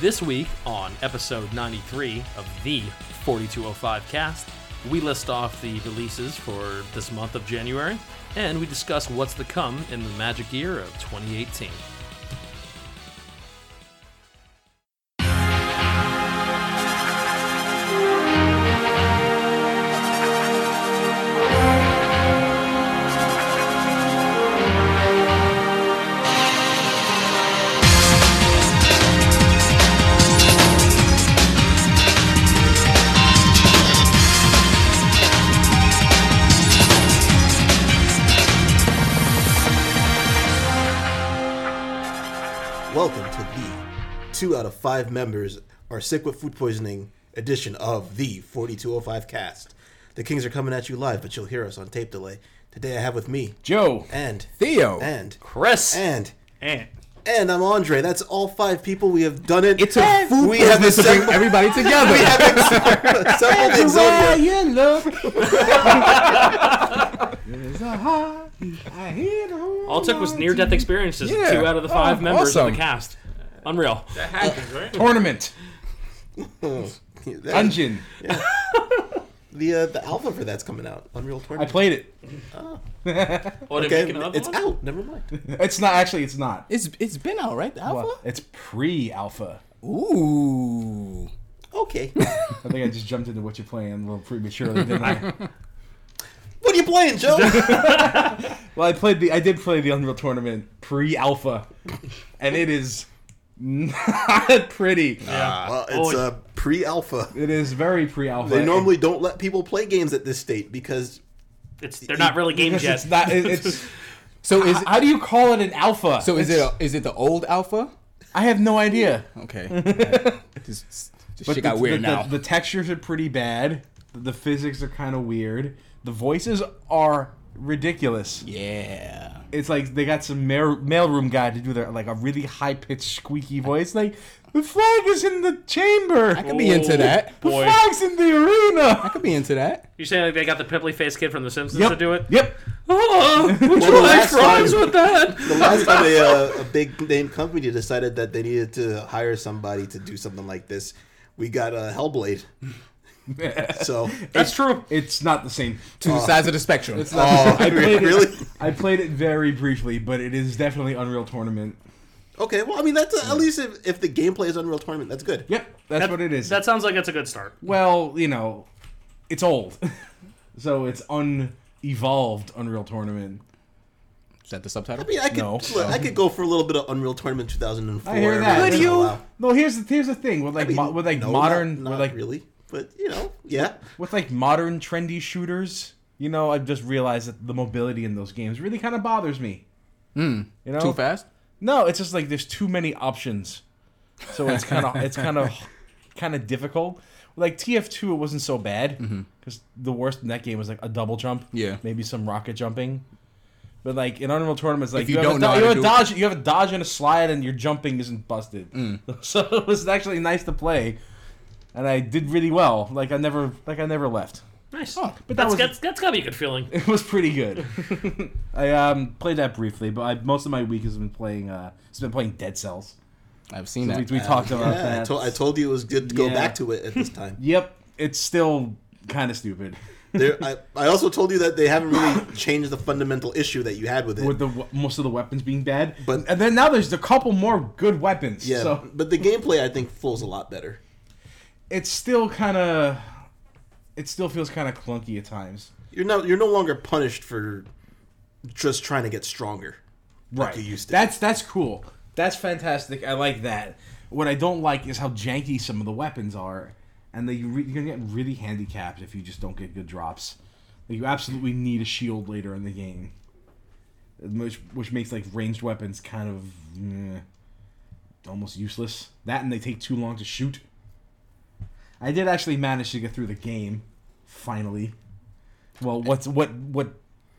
This week on episode 93 of the 4205 cast, we list off the releases for this month of January and we discuss what's to come in the magic year of 2018. Welcome to the two out of five members are sick with food poisoning edition of the 4205 cast. The Kings are coming at you live, but you'll hear us on tape delay. Today I have with me Joe. and Theo. and Chris! and Ant. and I'm Andre. That's all five people. We have done it. It's a food we have business to bring assembled, everybody together. assembled Everywhere Exodia. you look. There's a heart. I hear the horn. All it took was near death experiences, Yeah. two out of the five Oh, members of awesome. the cast. Unreal. That happens, right? Tournament. That- Dungeon. The uh, the alpha for that's coming out. Unreal I Tournament. played it. What, did we Okay, make another it's one? out. Never mind. It's not actually. It's not. It's it's been out, right? The alpha. Well, it's pre-alpha. Ooh. Okay. I think I just jumped into what you're playing a little prematurely, didn't I? what are you playing, Joe? Well, I played the. I did play the Unreal Tournament pre-alpha, and it is not pretty. well, it's Oh, uh, pre-alpha. It is very pre-alpha. They normally don't let people play games at this state because It's, they're not really games Yes, yet. it's not. it- it's. So is H- how do you call it an alpha? so is it It's- a, is it the old alpha? I have no idea. Okay. just, just shit got the, weird the, now. The, the textures are pretty bad. The, the physics are kind of weird. The voices are ridiculous. yeah. It's like they got some mail, mailroom guy to do their like a really high pitched squeaky voice. Like the flag is in the chamber. I could be into that. the Boy. flag's in the I arena. could be into that. You're saying like they got the pimply faced kid from The Simpsons to do it? Yep. Oh, which Well, the last one rhymes time- with that? the last time a, uh, a big name company decided that they needed to hire somebody to do something like this, we got a uh, Hellblade. so That's true. It's not the same. Two sides of the spectrum. Oh. It's not the same. I played Oh, really? It, I played it very briefly, but it is definitely Unreal Tournament. okay, well, I mean that's uh, at least if, if the gameplay is Unreal Tournament, that's good. Yep, that's what it is. That sounds like that's a good start. Well, you know, it's old, so it's unevolved Unreal Tournament. Is that the I subtitle? mean, I could No. look, I could go for a little bit of Unreal Tournament 2004. I hear that. every once in a while. No, here's the here's the thing with like I mean, mo- with like no, modern not, not with like really, but you know, yeah. with like modern trendy shooters. You know, I just realized that the mobility in those games really kind of bothers me. You know, Hmm. Too fast? No, it's just like there's too many options, so it's kind of it's kind of kind of difficult. Like TF2, it wasn't so bad because the worst in that game was like a double jump, Mm-hmm. Yeah. maybe some rocket jumping. But like in Unreal Tournaments, like you you, have don't a, know do- you how to have a do it. dodge, you have a dodge and a slide, and your jumping isn't busted. Mm. So it was actually nice to play, and I did really well. Like I never like I never left. Nice. Oh, but that that's, was- that's, that's gotta be a good feeling. It was pretty good. I um, played that briefly, but I, most of my week has been playing. Uh, has been playing Dead Cells. I've seen We, that. we talked about yeah I, that. to- I told you it was good to go Yeah. back to it at this time. yep, it's still kind of stupid There, I, I also told you that they haven't really changed the fundamental issue that you had with it. with the w- most of the weapons being bad. But- and then now there's a couple more good weapons. Yeah, so but the gameplay I think flows a lot better. it's still kind of. It still feels kind of clunky at times. You're no you're no longer punished for just trying to get stronger. Right. you used to. That's that's cool. That's fantastic. I like that. What I don't like is how janky some of the weapons are, and that you re- you're gonna get really handicapped if you just don't get good drops. Like you absolutely need a shield later in the game, which which makes like ranged weapons kind of eh, almost useless. That and they take too long to shoot. I did actually manage to get through the game, finally. Well, what's what what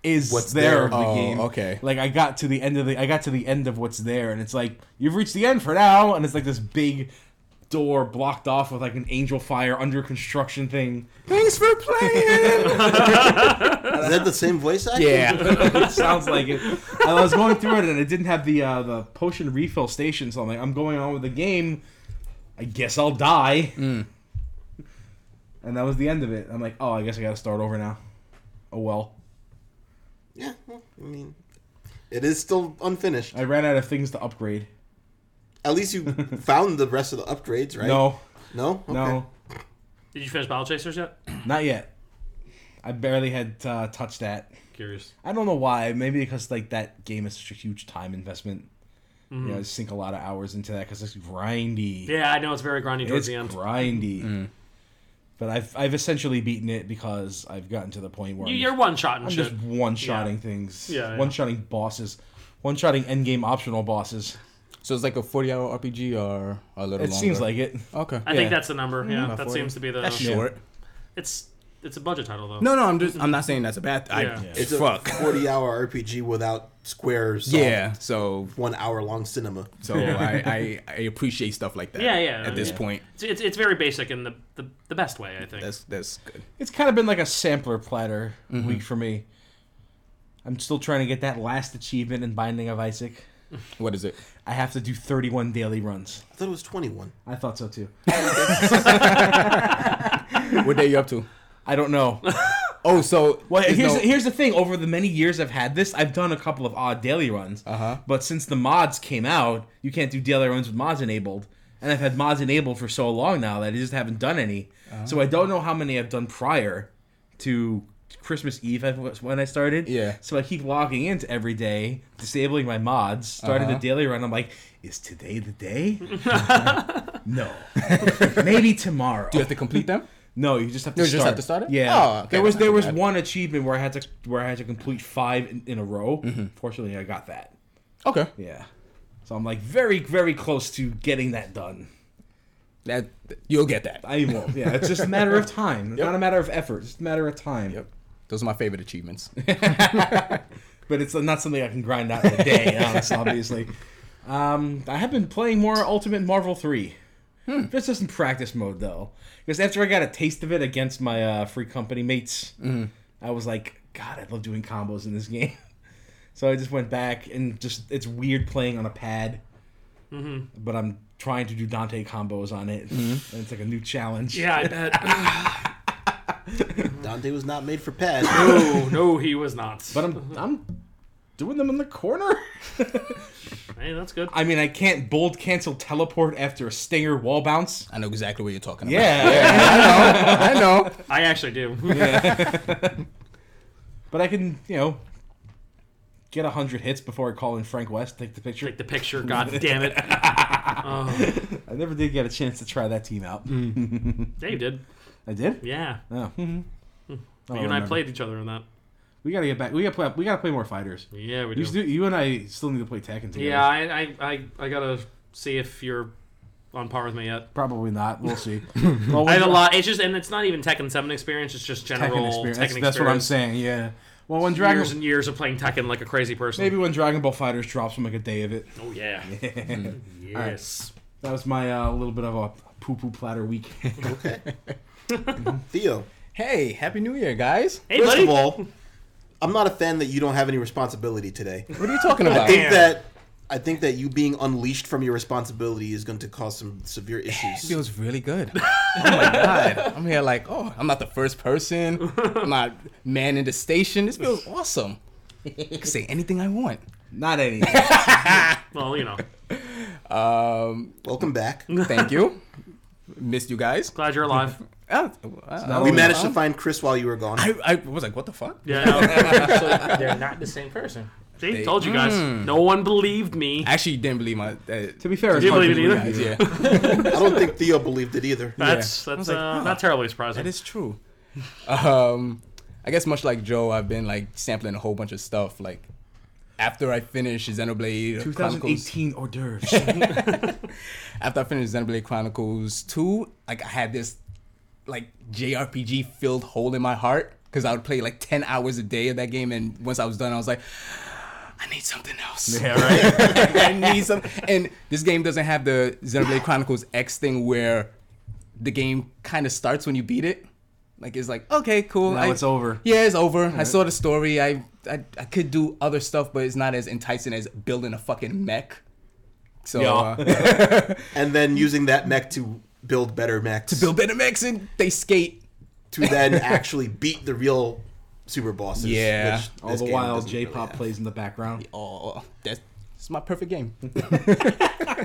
is What's there, there? of the Oh, game? okay. Like I got to the end of the I got to the end of what's there, and it's like you've reached the end for now, and it's like this big door blocked off with like an angel fire under construction thing. Thanks for playing. Is that the same voice actor? yeah. it sounds like it. And I was going through it and it didn't have the uh, the potion refill station, so I'm like, I'm going on with the game. I guess I'll die. Mm. And that was the end of it. I'm like, oh, I guess I got to start over now. Oh well, Yeah, well, I mean, it is still unfinished. I ran out of things to upgrade. At least you found the rest of the upgrades, right? No, No? Okay. no, Did you finish Battle Chasers yet? not yet. I barely had uh, touched that. Curious. I don't know why. Maybe because like that game is such a huge time investment. You know, I sink a lot of hours into that because it's grindy. Yeah, I know it's very grindy towards it's the end. grindy. But I've I've essentially beaten it because I've gotten to the point where You- I'm You're one shot and I'm shit. just one shotting things. Yeah, yeah. One shotting bosses. One shotting endgame optional bosses. So it's like a 40 hour RPG or a little It longer? seems like it. Okay. I yeah. think that's the number. Yeah, that About seems to be the. That's Yeah. short. It's it's a budget title though. No, no, I'm just, I'm not saying that's a bad thing. Yeah. Yeah. It's It's a fuck. 40 hour RPG without squares. Yeah, so One hour long cinema. so I, I I appreciate stuff like that. Yeah, yeah, At this yeah. point, It's, it's it's very basic in the, the the best way I think. that's that's good. It's kind of been like a sampler platter week for me. I'm still trying to get that last achievement in Binding of Isaac. What is it? I have to do 31 daily runs. I thought it was 21. I thought so too. What day you up to? I don't know. Oh, so Well, there's here's no- the, here's the thing. Over the many years I've had this, I've done a couple of odd daily runs. Uh-huh. But since the mods came out, you can't do daily runs with mods enabled, and I've had mods enabled for so long now that I just haven't done any. Uh-huh. So I don't know how many I've done prior to Christmas Eve I- was when I started. Yeah. So I keep logging into every day, disabling my mods, started the Uh-huh. daily run. I'm like, is today the day? no. Maybe tomorrow. do you have to complete them? No, you just have to. You start. just have to start it? Yeah. Oh, okay, There was that's there not was bad. one achievement where I had to where I had to complete five in, in a row. Mm-hmm. Fortunately, I got that. Okay, Yeah. So I'm like very very close to getting that done. that you'll get that. I won't. Yeah, it's just a matter of time. It's Not a matter of effort. It's just a matter of time. Yep. Those are my favorite achievements. But it's not something I can grind out in a day. honest, obviously. Um, I have been playing more Ultimate Marvel Three. Just just in practice mode though, because after I got a taste of it against my uh, free company mates, I was like, God, I love doing combos in this game. so I just went back and just it's weird playing on a pad, but I'm trying to do Dante combos on it, and it's like a new challenge. yeah, I bet. Dante was not made for pad. no, no, he was not. But I'm I'm doing them in the corner. hey, that's good. I mean, I can't bold cancel teleport after a stinger wall bounce. I know exactly what you're talking about. Yeah. I know. I actually do. But I can, you know, get 100 hits before I call in Frank West, take the picture. Take the picture. God damn it. Oh, I never did get a chance to try that team out. Hmm. yeah, you did. I did? Oh, hmm, Yeah, No. Hmm. you and I played each other in that. We gotta get back. We gotta play. We gotta play more fighters. Yeah, we You, do. still, you and I still need to play Tekken together. Yeah, I, I, I, I gotta see if you're on par with me yet. probably not. We'll see. well, I have a lot. It's just, and it's not even Tekken Seven experience. It's just general Tekken Tekken experience. That's, that's what I'm experience. saying. Yeah. Well, when Years Dragon and years of playing Tekken like a crazy person. maybe when Dragon Ball Fighters drops, we'll make a day of it. Oh yeah. Mm-hmm. yes. That was my uh, little bit of a poo poo platter week. Okay. Theo, Hey, happy New Year, guys. Hey, first buddy. of all, I'm not a fan that you don't have any responsibility today. What are you talking about? I think that I think that you being unleashed from your responsibility is going to cause some severe It issues. feels really good. Oh my god. I'm here like, oh, I'm not the first person. I'm not man in the station. This feels awesome. I can say anything I want. Not any. well, you know, Um, Welcome back. thank you. Missed you guys. glad you're alive. Uh, We managed to find Chris while you were gone. I, I was like, what the fuck? Yeah. No, they're not the same person. See, told you guys. No one believed me. I actually didn't believe my. Uh, to be fair, it's You hard believe to it either? guys, believe. yeah. I don't think Theo believed it either. That's that's was like, uh, huh. not terribly surprising. That is true. Um, I guess much like Joe, I've been like sampling a whole bunch of stuff. Like after I finish Xenoblade Chronicles, 2018 hors d'oeuvres. after I finished Xenoblade Chronicles Two, like I had this like JRPG filled hole in my heart because I would play like ten hours a day of that game, and once I was done, I was like. I need something else. yeah, right. I need some. And this game doesn't have the Xenoblade Chronicles X thing where the game kind of starts when you beat it. Like it's like okay, cool. Now I- it's over. Yeah, it's over. I saw the story. I, I I could do other stuff, but it's not as enticing as building a fucking mech So Yeah. uh, and then using that mech to build better mechs Bill Benemax and they skate. to then actually beat the real super bosses. Yeah. which All this the game while, doesn't really J-pop have. plays in the background. Oh, that's, that's my perfect game.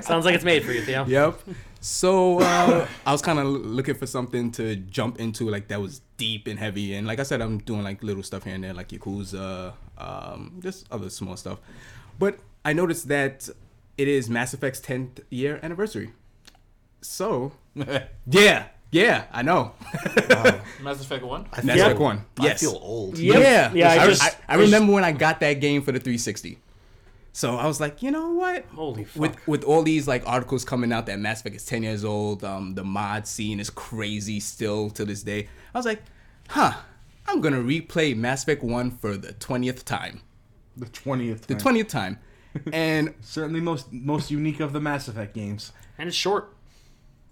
Sounds like it's made for you, Theo. yep. So uh, I was kind of looking for something to jump into, like that was deep and heavy. And like I said, I'm doing like little stuff here and there, like Yakuza, um, just other small stuff. But I noticed that it is Mass Effect's 10th year anniversary. So yeah, yeah, I know. Mass Effect 1? I Mass feel- Effect One. Yes. I feel old. Yep. Yeah, Yeah, I I, just- I, I remember when I got that game for the 360. So I was like, you know what? Holy fuck. With with all these like articles coming out that Mass Effect is 10 years old, um, the mod scene is crazy still to this day. I was like, huh, I'm gonna replay Mass Effect One for the 20th time, The twentieth. the 20th time, and Certainly, most most unique of the Mass Effect games. And it's short.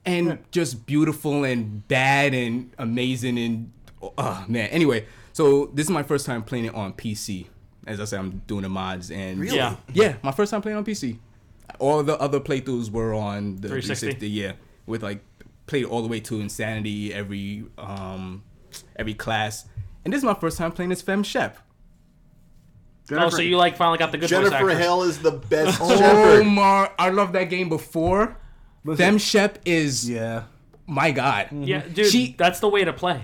and just beautiful and bad and amazing and oh man. Anyway, so this is my first time playing it on PC. As I said, I'm doing the mods and Really? Yeah. Yeah, my first time playing on PC. All the other playthroughs were on 360. the 360. Yeah, with like played all the way to Insanity, every um, every class, and this is my first time playing as Fem Shep. Oh, so you like finally got the good voice Jennifer actress. Hale is the best Oh Jennifer. my! I loved that game before. Fem Shep is Yeah. my god. Yeah, dude, She- that's the way to play.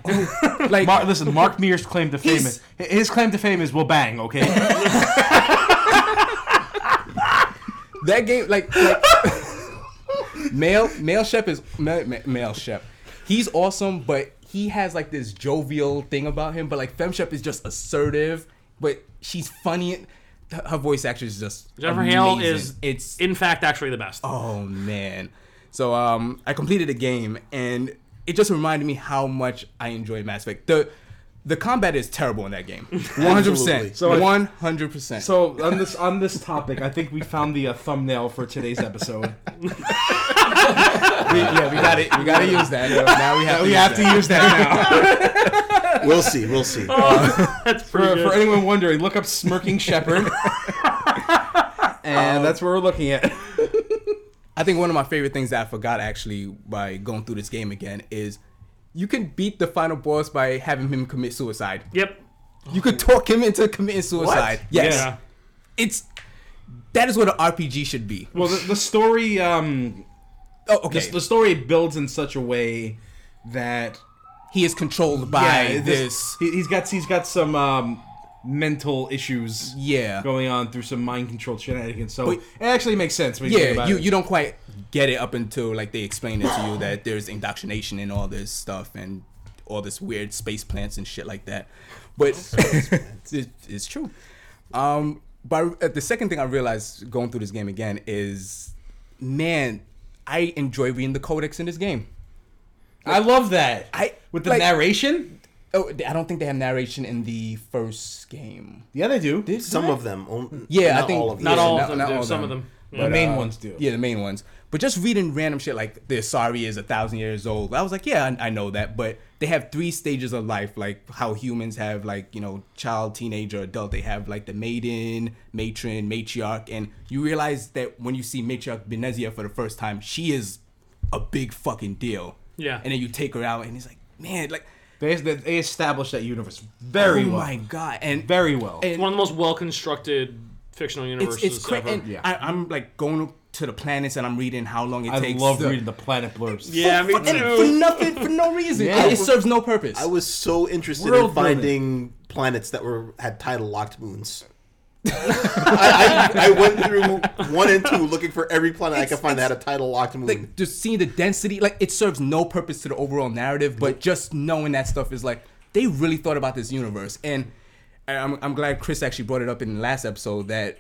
Like Mar- listen, Mark Mears' claim to fame He's- is his claim to fame is well bang, okay? that game, like, like male male Shep is male, ma- male Shep. He's awesome, but he has like this jovial thing about him. But like Fem Shep is just assertive, but she's funny. Her her voice actress is just Jennifer Hale amazing. is- it's In fact, actually the best. Oh man. So um I completed the game and it just reminded me how much I enjoy Mass Effect. The the combat is terrible in that game. 100%. So I- 100%. So so on this on this topic, I think we found the uh, thumbnail for today's episode. we, yeah, we got it. We got to use that. Now we have to we use have to that. use that We'll see. We'll see. Oh that's now. pretty for, good. for anyone wondering, look up smirking shepherd. And that's where we're looking at. Um, I think one of my favorite things that I forgot actually by going through this game again is you can beat the final boss by having him commit suicide. yep. You could talk him into committing suicide. Yes. Yeah. It's that is what an RPG should be. Well, the, the story, um, Oh, okay. the, the story builds in such a way that he is controlled by Yeah, this. he- He's got he's got some um, mental issues. Yeah. going on through some mind controlled shenanigans. So But- it actually makes sense. When you think Yeah, about you, it. you don't quite get it up until like they explain it to you that there's indoctrination and all this stuff and all this weird space plants and shit like that. But it, it's true. Um, but uh, the second thing I realized going through this game again is, man, I enjoy reading the codex in this game. I love that. I- with the like- narration. Oh, I don't think they have narration in the first game. Yeah, they do. Some of them. on- Yeah, I not think- all of them. Not Yeah, all not- of them. not do. all of Some of them. them. Yeah. the main ones do. Yeah, the main ones. But just reading random shit like the Asari is a thousand years old. I was like, yeah, I, I know that. But they have three stages of life, like how humans have like you know child, teenager, adult. They have like the maiden, matron, matriarch, and you realize that when you see matriarch Benezia for the first time, she is a big fucking deal. Yeah. And then you take her out, and it's like, man, like They they established that universe very oh well. my god, and Very well. and It's one of the most well constructed fictional universes it's it's cra- ever. and Yeah. I, I'm like going to the planets, and I'm reading how long it I takes. love to- reading the planet blurbs. yeah, me and for too. nothing, for no reason. Yeah. It, it serves no purpose. I was so interested World in finding planets that were had tidal locked moons. I, I, I went through one and two looking for every planet I could find that had a tidal locked moon. like just seeing the density, like it serves no purpose to the overall narrative. But just knowing that stuff is like they really thought about this universe, and and I'm I'm glad Chris actually brought it up in the last episode that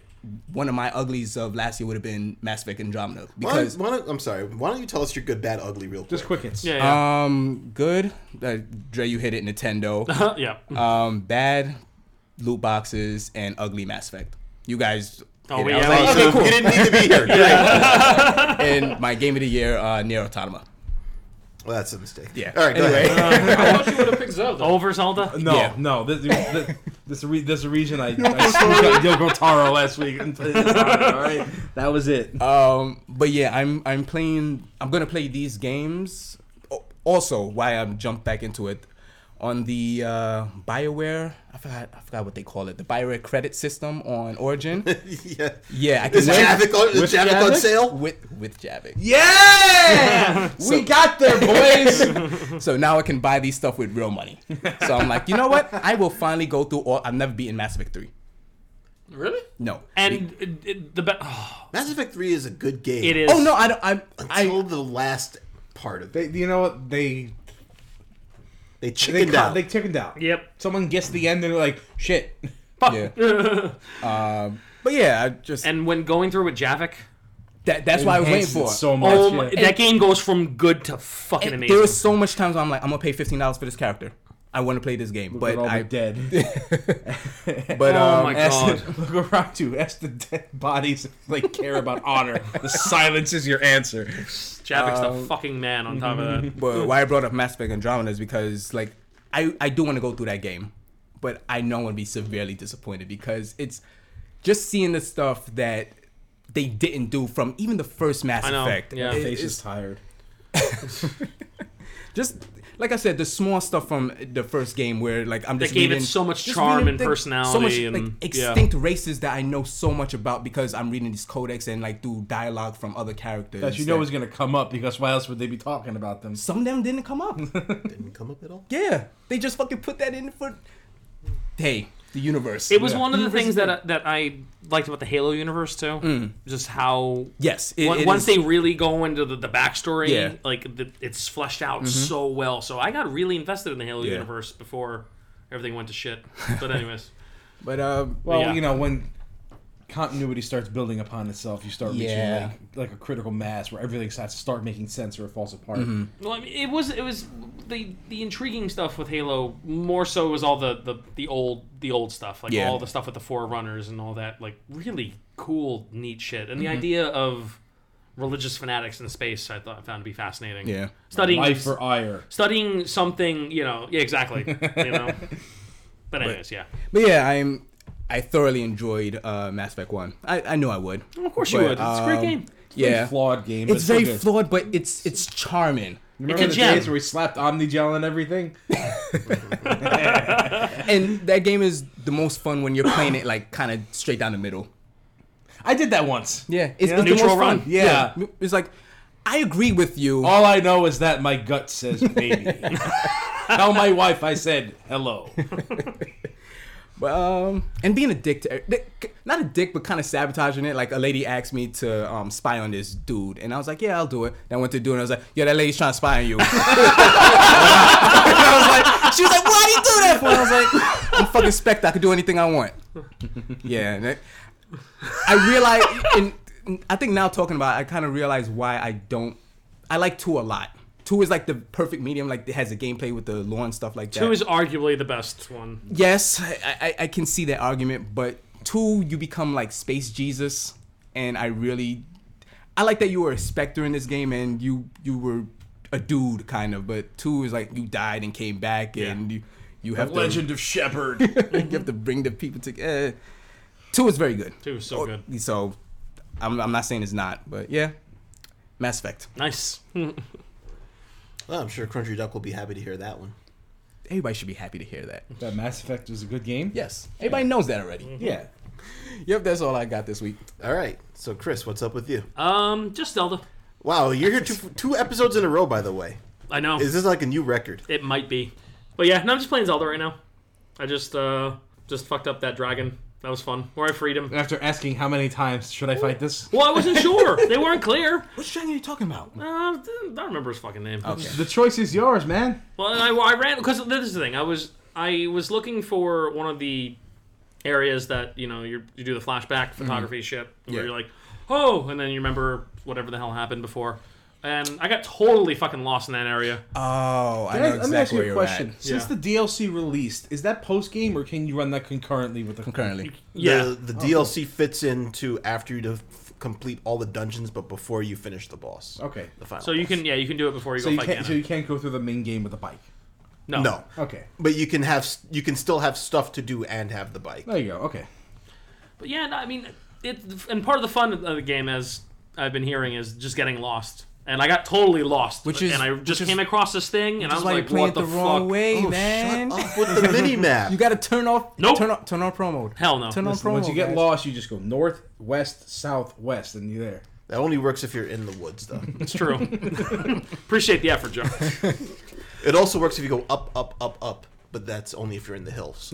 one of my uglies of last year would have been Mass Effect Andromeda why don't, because why don't- I'm sorry. Why don't you tell us your good, bad, ugly, real quick? Just quick hits. Yeah, yeah. um good uh, Dre you hit it Nintendo yeah. um bad loot boxes and ugly Mass Effect. You guys. Oh, hit it. we- I was yeah, like, we- okay, So cool. You didn't need to be here. and my game of the year, uh, Near Automata. Well, that's a mistake. Yeah. All right. Go Anyway. ahead. I thought you would have picked Zelda. Over Zelda? Uh, No, Yeah. no. There's, there's, there's, a re- there's a reason I, I screwed up Yoko Taro last week. and played this time, all right? That was it. Um, but yeah, I'm I'm playing. I'm gonna play these games. O- Also, why I'm jumped back into it on the uh, Bioware. I forgot. I forgot what they call it. The Bioware credit system on Origin. yeah. yeah, I can Is Javik on, is with Javik on Javik? sale? with with Javik. Yeah, So- we got there, boys. So now I can buy these stuff with real money. So I'm like, you know what? I will finally go through all. I've never beaten Mass Effect three. Really? No. And it, it, the be- oh, Mass Effect Three is a good game. it is. oh no, I don't. I, I Until the last part of it, they, you know what they they they chickened cut, out. they chickened out. Yep. Someone gets the end and they're like, shit. yeah. Um, but yeah, I just And when going through with Javik, that, that's what I was waiting Enhances it for. so much. oh my, yeah. that game goes from good to fucking And amazing. There was so much times I'm like, I'm gonna pay fifteen dollars for this character. I want to play this game, But but all I I dead. But Oh um, my as- God. Look around you. Ask the dead bodies if they care about honor. The silence is your answer. Javik's the fucking man on top of that. But why I brought up Mass Effect Andromeda is because like I I do want to go through that game, but I know I'm gonna be severely disappointed because it's just seeing the stuff that they didn't do from even the first Mass I know, Effect. yeah. It- Face is it's tired. just like I said, the small stuff from the first game where like I'm They just gave it reading- so much just charm reading and things- so much, personality and- like, yeah. extinct races that I know so much about because I'm reading these codex and like through dialogue from other characters That you know is gonna come up because why else would they be talking about them? some of them didn't come up. Didn't come up at all. yeah, they just fucking put that in for hey the universe. It was Yeah. one of the Universe things is that I, that I liked about the Halo universe too. Just how yes. It, Once- it once is- they really go into the, the backstory, Yeah. Mm-hmm. like the, it's fleshed out so well. So I got really invested in the Halo Yeah. universe before everything went to shit. But anyways, but um Well, Yeah. you know when continuity starts building upon itself, you start reaching Yeah. like like a critical mass where everything starts to start making sense or it falls apart. well, I mean, it was it was the the intriguing stuff with Halo more so was all the the, the old the old stuff, like Yeah. all the stuff with the Forerunners and all that, like really cool, neat shit. And the Mm-hmm. idea of religious fanatics in space, I thought found to be fascinating. Yeah. studying Life or ire. studying something, you know, yeah, exactly, you know. But anyways, yeah. but yeah I'm I thoroughly enjoyed uh, Mass Effect One. I, I knew I would. Of course you But, would. It's a great um, game. Yeah, Pretty flawed game. but it's still very good. flawed, but it's it's charming. Remember It's a the gem. days where we slapped Omnigel and everything? and that game is the most fun when you're playing it like kind of straight down the middle. I did that once. Yeah, it's, Yeah. it's the Neutral most run. fun. Yeah. it's like I agree with you. All I know is that my gut says baby. Tell my wife I said hello. But, um, and being a dick to not a dick, but kind of sabotaging it. Like a lady asked me to um, spy on this dude, and I was like, "Yeah, I'll do it." Then I went to do it, and I was like, "Yo, that lady's trying to spy on you." I was like, she was like, "Why do you do that?" For? And I was like, "I'm fucking spec'd. I could do anything I want." Yeah, and it- I realize, and I think now talking about, it, I kind of realize why I don't. I like two a lot. Two is like the perfect medium. Like it has a gameplay with the lore and stuff like that. Two is arguably the best one. Yes, I, I, I can see that argument, but two, you become like space Jesus, and I really, I like that you were a specter in this game, and you you were a dude kind of, but two is like you died and came back, and you you have Legend of Shepherd. to you have to bring the people together. Two is very good, Oh, Two is so good. so I'm I'm not saying it's not, but yeah, Mass Effect. Nice. Well, I'm sure Crunchy Duck will be happy to hear that one. Everybody should be happy to hear that. That Mass Effect was a good game. Yes, everybody knows that already. Yeah. Yep, that's all I got this week. All right. So Chris, what's up with you? Um, just Zelda. Wow, you're here two, two episodes in a row, by the way. I know Is this like a new record? it might be, but yeah, no, I'm just playing Zelda right now. I just uh just fucked up that dragon. That was fun. Where I freed him. After asking how many times should I fight this? Well, I wasn't sure. They weren't clear. Which dragon are you talking about? Uh, I don't remember his fucking name. Okay. The choice is yours, man. Well, and I, I ran because this is the thing. I was I was looking for one of the areas that you know you you do the flashback photography shit where Mm-hmm. Yeah. you're like, oh, and then you remember whatever the hell happened before. And I got totally fucking lost in that area. Oh, I Can I- let know me ask exactly you where a you're question. at. Since Yeah. the DLC released, is that post game or can you run that concurrently with the Concurrently, Yeah, The, the DLC fits into after you def- complete all the dungeons, but before you finish the boss. Okay. The final. So you boss. can yeah, you can do it before you So go you fight can't. Ganon. So you can't go through the main game with the bike. no. no, Okay. but you can have s- you can still have stuff to do and have the bike. There you go. Okay. But yeah, no, I mean, it and part of the fun of the game, as I've been hearing, is just getting lost. And I got totally lost, Which is- and I just which is- came across this thing, and I was Just like, like, you're playing "What it the, the, wrong fuck?" way, Oh, man. Shut up with the mini map. You gotta turn off. Nope. Turn on. Turn on promo. mode. Hell no. Turn on promo. Once you get guys. lost, you just go north, west, south, west, and you're there. that only works if you're in the woods, though. It's true. Appreciate the effort, Joe. it also works if you go up, up, up, up, but that's only if you're in the hills.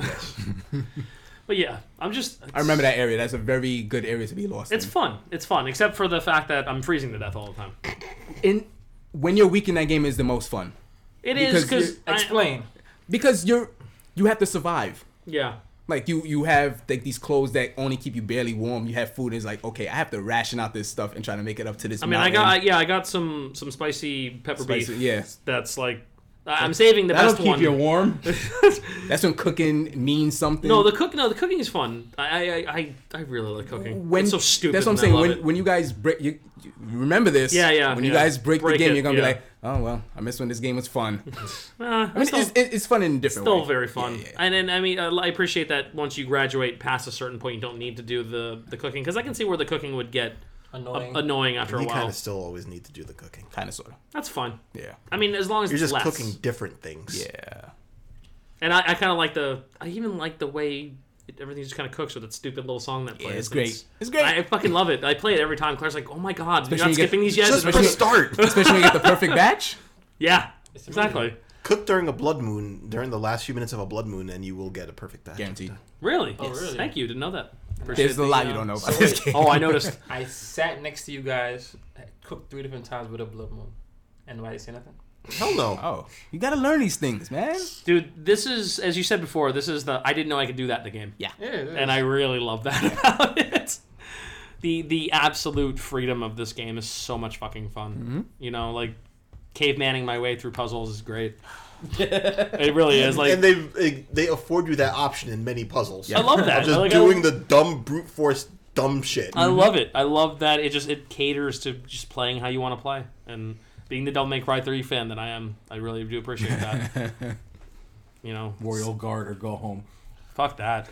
But yeah, I'm just. I remember that area. That's a very good area to be lost. It's in. fun. It's fun, except for the fact that I'm freezing to death all the time. in when you're weak in that game is the most fun It is Because because you- Explain. because you're you have to survive. yeah, Like you you have like these clothes that only keep you barely warm. You have food. It's like okay, I have to ration out this stuff and try to make it up to this. I mean, I got yeah, I got some some spicy pepper Spicy- beef. yeah. that's like I- I'm saving the That'll best keep one. you warm. That's when cooking means something. no, the cook. No, the cooking is fun. I I I, I really like cooking. when it's so stupid. That's what I'm and I saying. love When, it. when you guys break, you, you remember this. Yeah, yeah, When you yeah. guys break, Break the game, it, you're gonna yeah. be like, oh well, I miss when this game was fun. Eh, I mean, still- it's, it's, it's fun in a different still way. very fun. Yeah, yeah, yeah. And then I mean, uh, I I appreciate that once you graduate past a certain point, you don't need to do the the cooking because I can see where the cooking would get a- Annoying. annoying after a you kind while. of still always need to do the cooking. Kind of sort of. That's fun. Yeah. I mean, as long as You're it's just less. cooking different things. Yeah. And I, I kind of like the. I even like the way it, everything just kind of cooks with that stupid little song that plays. it's great. It's great. I, I fucking love it. I play it every time. Claire's like, "Oh my god, you're Especially not you get- skipping these yet." Just Especially- press start. Especially when you get the perfect batch. yeah, exactly. Cook during a blood moon, during the last few minutes of a blood moon, and you will get a perfect batch. Guaranteed. Really? Oh, really? Thank you. Didn't know that. Appreciate There's a lot you don't know So about this wait, game. it. Oh, I noticed. I sat next to you guys, cooked three different times with a blood moon, and nobody said nothing. Hell no. Oh, you gotta learn these things, man. Dude, this is as you said before. This is the I didn't know I could do that in the game. Yeah, Yeah, it and I really love that about it. The the absolute freedom of this game is so much fucking fun. Mm-hmm. You know, like cavemanning my way through puzzles is great. it really is. Like and they they- they afford you that option in many puzzles. I love that. Of just Like, I- doing the dumb brute force dumb shit. I love it. I love that it just it caters to just playing how you want to play and being the Devil May Cry three fan that I am. I really do appreciate that. you know, Royal guard or go home. fuck that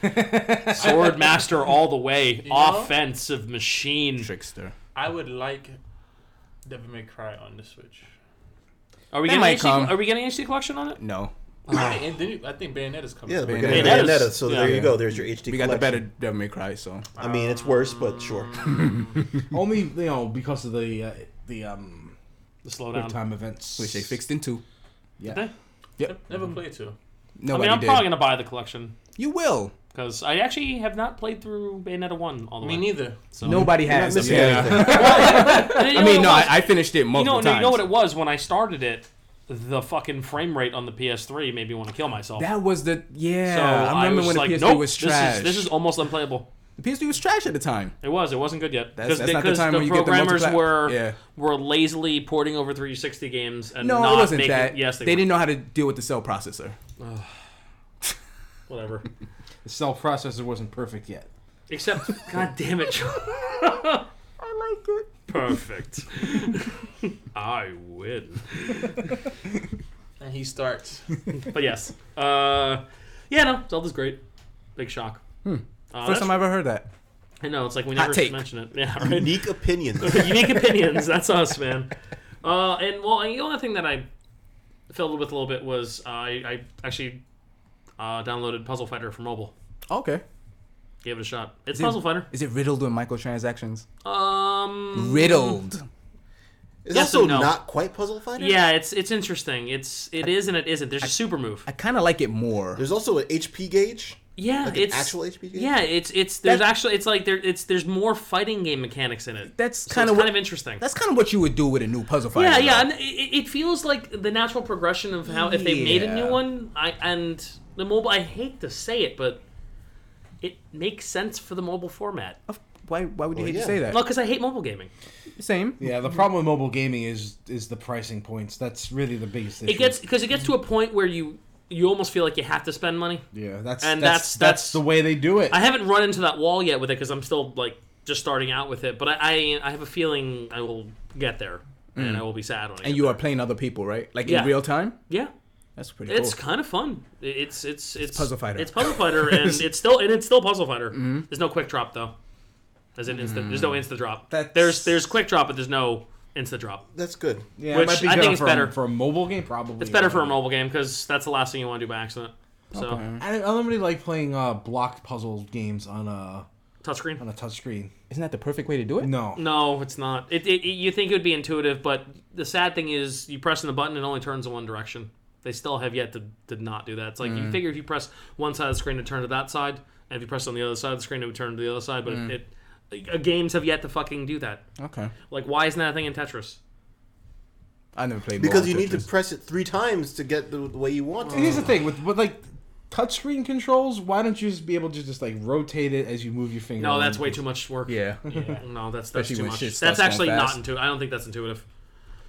sword master all the way, know? offensive machine. Trickster. I would like Devil May Cry on the Switch. Are we getting That might HD, come. Are we getting HD collection on it? No, and then you- I think Bayonetta's coming. yeah, we're Bayonetta. getting Bayonetta's- Bayonetta. So there yeah. you go. There's your HD. we got the better collection. Devil May Cry. So I mean, it's worse, but sure. Only you know because of the uh, the um The slowdown. quick time events. which they fixed in two. Did Yeah. they? Never played two. I Nobody mean, I'm did. probably gonna buy the collection You will. because I actually have not played through Bayonetta one all the Me way. neither. So. Nobody You're not has. missing Yeah. anything. And you know I what mean, no, it was? I, I finished it You multiple know, no, times. you know what it was when I started it. The fucking frame rate on the PS3 made me want to kill myself. That was the yeah. So I remember was when like, the PS3 nope, was this is- trash. This is, almost unplayable. the PS3 was trash at the time. It was. It wasn't good yet. Because That's- that's not the because time the when you get the programmers multiplat- were Yeah. were lazily porting over 360 games and No, not it wasn't making. that. Yes, they, they were. didn't know how to deal with the cell processor. Whatever. The cell processor wasn't perfect yet. Except, god damn it, Joe. I like it. perfect. I win. And he starts. But yes, uh, yeah, no, Zelda's great. Big shock. Uh, Hmm. First that's- time I ever heard that. I know it's like we Hot never take. mention it. Yeah, right. Unique opinions. unique opinions. That's us, man. Uh, and well, and the only thing that I filled with a little bit was uh, I, I actually uh, downloaded Puzzle Fighter for mobile. okay. Gave it a shot. It's it- Puzzle Fighter. Is it riddled with microtransactions? Um, Riddled. It's Yes also and no. not quite puzzle fighter. yeah, it's it's interesting. It's it is and it isn't. There's a super move. I kind of like it more. There's also an HP gauge. Yeah, Like an it's actual HP game? Yeah, it's it's there's That- actually it's like there it's there's more fighting game mechanics in it. That's So kind of it's what. kind of interesting. that's kind of what you would do with a new puzzle fighter. yeah, yeah, though. and it, it feels like the natural progression of how if they made a new Yeah. one, I and the mobile. I hate to say it, but it makes sense for the mobile format. Of- Why? Why would you Well, hate yeah. to say that? No, because I hate mobile gaming. Same. Yeah, the problem with mobile gaming is is the pricing points. That's really the biggest issue. It gets because it gets to a point where you you almost feel like you have to spend money. yeah, that's and that's, that's- that's that's- the way they do it. I haven't run into that wall yet with it because I'm still like just starting out with it, but I, I, I have a feeling I will get there, and I will be sad when I Mm. And get you there. are playing other people, right? Like Yeah. in real time. yeah. That's pretty It's cool. kind of fun. I- It's it's it's Puzzle Fighter. Mm-hmm. It's puzzle fighter, and it's still and it's still puzzle fighter. There's no quick drop though. As an insta, there's no insta drop. Mm. That's- There's there's quick drop, but there's no insta drop. That's Oh good. Yeah, Which I think good it's for better. a, for a mobile game. Probably It's better for a mobile game because that's the last thing you want to do by accident. So I, I don't really like playing uh, block puzzle games on a on touchscreen. a touchscreen. Isn't that the perfect way to do it? No, No, it's not. It, it, it- you think it would be intuitive, but the sad thing is you pressing the button it only turns in one direction. They still have yet to, to not do that. It's like Mm. you figure if you press one side of the screen to turn to that side, and if you press on the other side of the screen it would turn to the other side. But Mm. it, it uh, games have yet to fucking do that. Okay. Like, why isn't that a thing in Tetris? I never played Because mobile you need to Tetris. press it three times to get the, the way you Oh. want Mm. here's the it. thing with with like touchscreen controls. Why don't you just be able to just like rotate it as you move your finger? No, around? that's way too much work. Yeah. Yeah, no, that's that's Especially too when much. shit That's starts going actually not fast. intuitive. I don't think that's intuitive.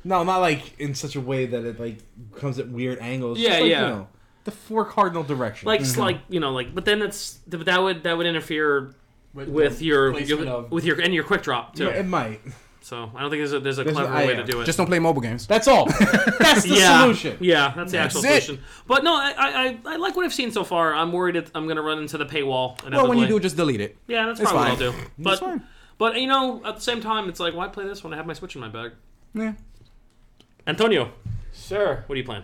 No, not like in such a way that it like comes at weird angles. Yeah, Just like, yeah. You know, the four cardinal directions. Like, Mm-hmm. it's like you know, like, but then it's but that would that would interfere With, with your, placement of- with your and your quick drop too. Yeah, it might. So I don't think there's a there's a There's- clever I way am. to do it. oh, Just don't play mobile games. That's all. That's the yeah, solution. yeah, that's the That's actual it. solution. But no, I, I I- I like what I've seen so far. I'm worried that I'm gonna run into the paywall. Well, when inevitably. you do, just delete it. yeah, that's it's probably what fine. I'll do. But fine. but you know, at the same time, it's like why play this when I have my Switch in my bag? Yeah. Antonio, Sure. what are you playing?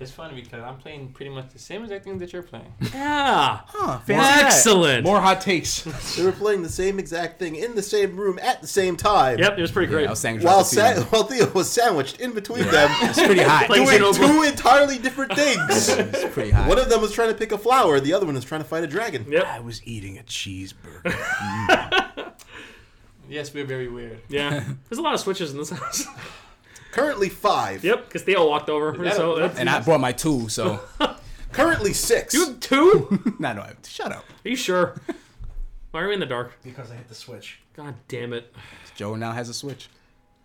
It's funny because I'm playing pretty much the same exact thing that you're playing. Yeah, Huh. excellent. More hot takes. They were playing the same exact thing in the same room at the same time. Yep, it was pretty great. I was saying While, sa- while Theo was sandwiched in between them, it's pretty hot. Like- doing Xenoblade. two entirely different things. it's pretty hot. One of them was trying to pick a flower, the other one was trying to fight a dragon. yep, I was eating a cheeseburger. Yes, we're very weird. yeah. There's a lot of switches in this house. Currently five. yep, because Theo walked over. that so a- that's- and I brought my two, so. Currently six. you have two? no, no, shut up. Are you sure? Why are we in the dark? because I hit the switch. God damn it. Joe now has a Switch.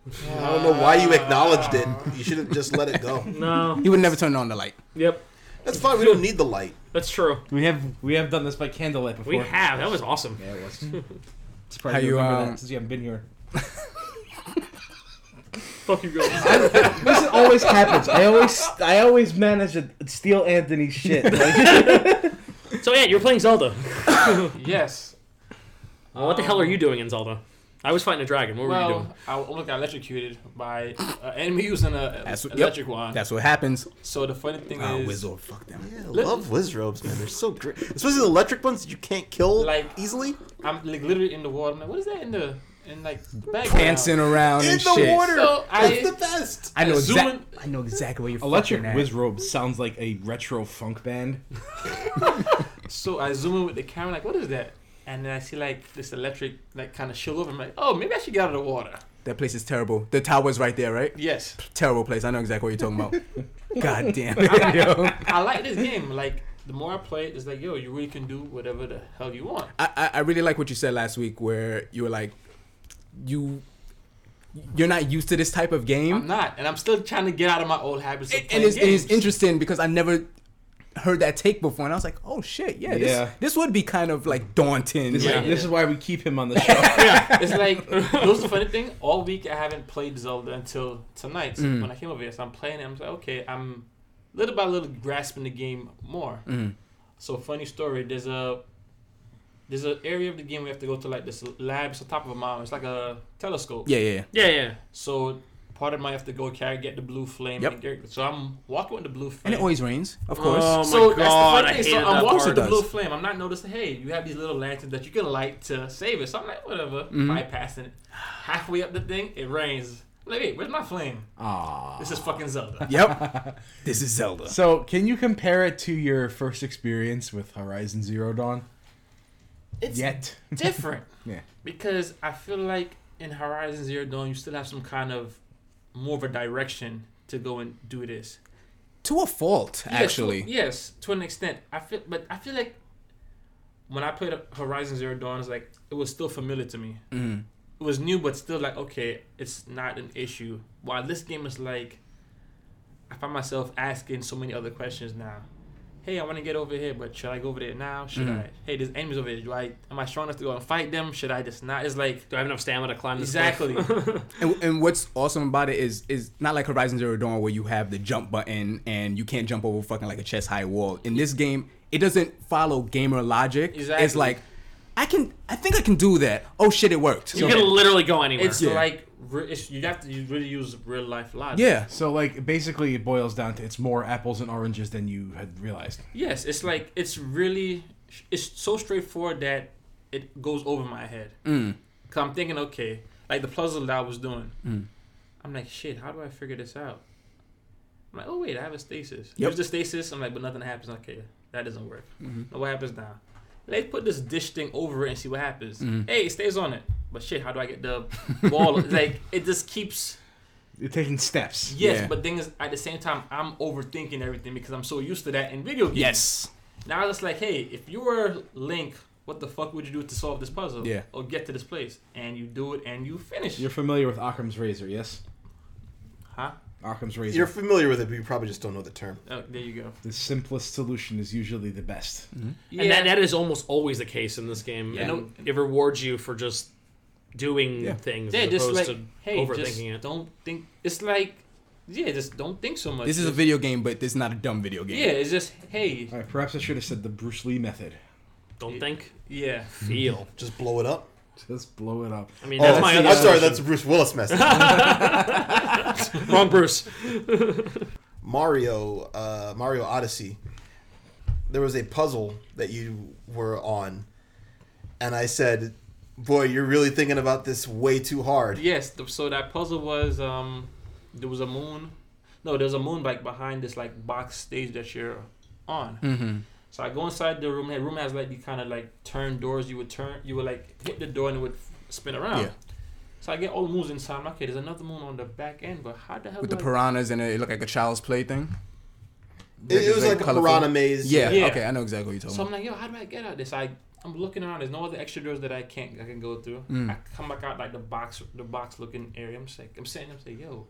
I don't know why you acknowledged it. You should have just let it go. Ah. No. He would never turn on the light. Yep. That's fine. We don't need the light. That's true. We have we have done this by candlelight before. We have. That was awesome. Yeah, it was. Surprised How you you, remember um, that since you haven't been here. Fuck you guys. This always happens. I always I always manage to steal Anthony's shit. so yeah, you're playing Zelda. Uh, Yes. what the hell are you doing in Zelda? I was fighting a dragon. What were you doing? Well, I almost got electrocuted by an enemy using a That's what- yep. electric wand. That's what happens. so the funny thing Ah, is, Wizard, fuck them. Yeah, I love whiz robes, man. They're so great. Especially the electric ones that you can't kill Like- easily. I'm like literally in the water. I'm like, what is that in the in like background? Dancing around In and the shit. water. So I- it's the best. I know exactly. Zooming- I know exactly where you're. Electric fucking at. Wiz Robe sounds like a retro funk band. So I zoom in with the camera, like, what is that? And then I see like this electric, like kind of shield over. I'm like, oh, maybe I should get out of the water. That place is terrible. The tower's right there, right? Yes. Terrible place. I know exactly what you're talking about. God damn it, yo. I like this game. Like the more I play it, it's like, yo, you really can do whatever the hell you want. I, I- I really like what you said last week, where you were like, you, you're not used to this type of game. I'm not, and I'm still trying to get out of my old habits. Of and, playing it's, it is games. interesting because I never heard that take before, and I was like, "Oh shit, Yeah. yeah, This, this would be kind of like daunting." This, Yeah. is, this is why we keep him on the show. yeah. It's like those the funny thing. All week I haven't played Zelda until tonight so Mm. when I came over here. So I'm playing it. I'm like, okay, I'm little by little grasping the game more. Mm. So funny story. There's a there's an area of the game we have to go to like this lab. It's the top of a mountain. It's like a telescope. yeah, yeah, yeah. Yeah, yeah. So part of mine have to go carry get the blue flame. Yep. and get- so I'm walking with the blue flame. And it always rains, of Uh. course. Oh so my that's god. the funny thing. I So hated I'm that walking part. with the It blue does. flame. I'm not noticing. Hey, you have these little lanterns that you can light to save it. So I'm like, whatever, Mm-hmm. bypassing it. Halfway up the thing, it rains. I'm like, wait, where's my flame? Aww. This is fucking Zelda. yep, this is Zelda. So, can you compare it to your first experience with Horizon Zero Dawn? It's Yet. different Yeah. because I feel like in Horizon Zero Dawn, you still have some kind of more of a direction to go and do this. To a fault, Yes, to- actually. yes, to an extent. I feel, but I feel like when I played Horizon Zero Dawn, it's like it was still familiar to me. Mm. It was new, but still like okay, it's not an issue. While this game is like, I find myself asking so many other questions now. hey, I want to get over here, but should I go over there now? Should Mm. I? Hey, there's enemies over there. Do I? Am I strong enough to go and fight them? Should I just not? It's like Do I have enough stamina to climb this exactly. cliff? And, and what's awesome about it is is not like Horizon Zero Dawn where you have the jump button and you can't jump over fucking like a chest high wall. In this game, it doesn't follow gamer logic. It's Exactly. like I can I think I can do that. Oh shit, it worked. you So- can literally go anywhere. it's Yeah. like re- it's, you have to you really use real life logic. yeah. So like basically it boils down to it's more apples and oranges than you had realized. Yes, it's like it's really it's so straightforward that it goes over my head. Mm. Cause I'm thinking, okay, like the puzzle that I was doing, Mm. I'm like, shit, how do I figure this out? I'm like, oh wait, I have a stasis. Yep. Use the stasis. I'm like, but nothing happens. Okay, that doesn't work. Mm-hmm. Now what happens now? Let's put this dish thing over it and see what happens. Mm-hmm. Hey, it stays on it. But shit, how do I get the wall? like it just keeps You're taking steps. Yes, Yeah. but thing is, at the same time, I'm overthinking everything because I'm so used to that in video games. Yes. Now it's like, hey, if you were Link, what the fuck would you do to solve this puzzle? Yeah. Or get to this place, and you do it, and you finish. You're familiar with Occam's razor, yes? huh? Occam's razor. You're familiar with it, but you probably just don't know the term. Oh, there you go. the simplest solution is usually the best. Mm. And that, that is almost always the case in this game. Yeah. And it rewards you for just doing things yeah, as just opposed like, to hey, overthinking just it. don't think. It's like, yeah, just don't think so much. This is a video game, but this is not a dumb video game. Yeah, it's just hey, All right, perhaps I should have said the Bruce Lee method. Don't Yeah. think, yeah. feel. Just blow it up. Just blow it up. I mean, Oh, that's my I'm other. sorry, that's a Bruce Willis message. Wrong, Bruce. Mario, uh, Mario Odyssey, there was a puzzle that you were on, and I said, "Boy, you're really thinking about this way too hard." Yes, th- so that puzzle was um there was a moon. No, there's a moon like behind this like box stage that you're on. Mhm. So I go inside the room. The room has like you kind of like turn doors. You would turn. You would like hit the door and it would f- spin around. Yeah. So I get all the moons inside. I'm like, okay, there's another moon on the back end, but how the hell? With do the I- piranhas and it, it looked like a child's play thing. It, it was like a Colorful. piranha maze. Yeah, Yeah. Okay, I know exactly what you're talking So I'm about. like, yo, how do I get out of this? I I'm looking around. There's no other extra doors that I can't I can go through. Mm. I come back out like the box the box looking area. I'm just like I'm sitting. I'm saying, yo,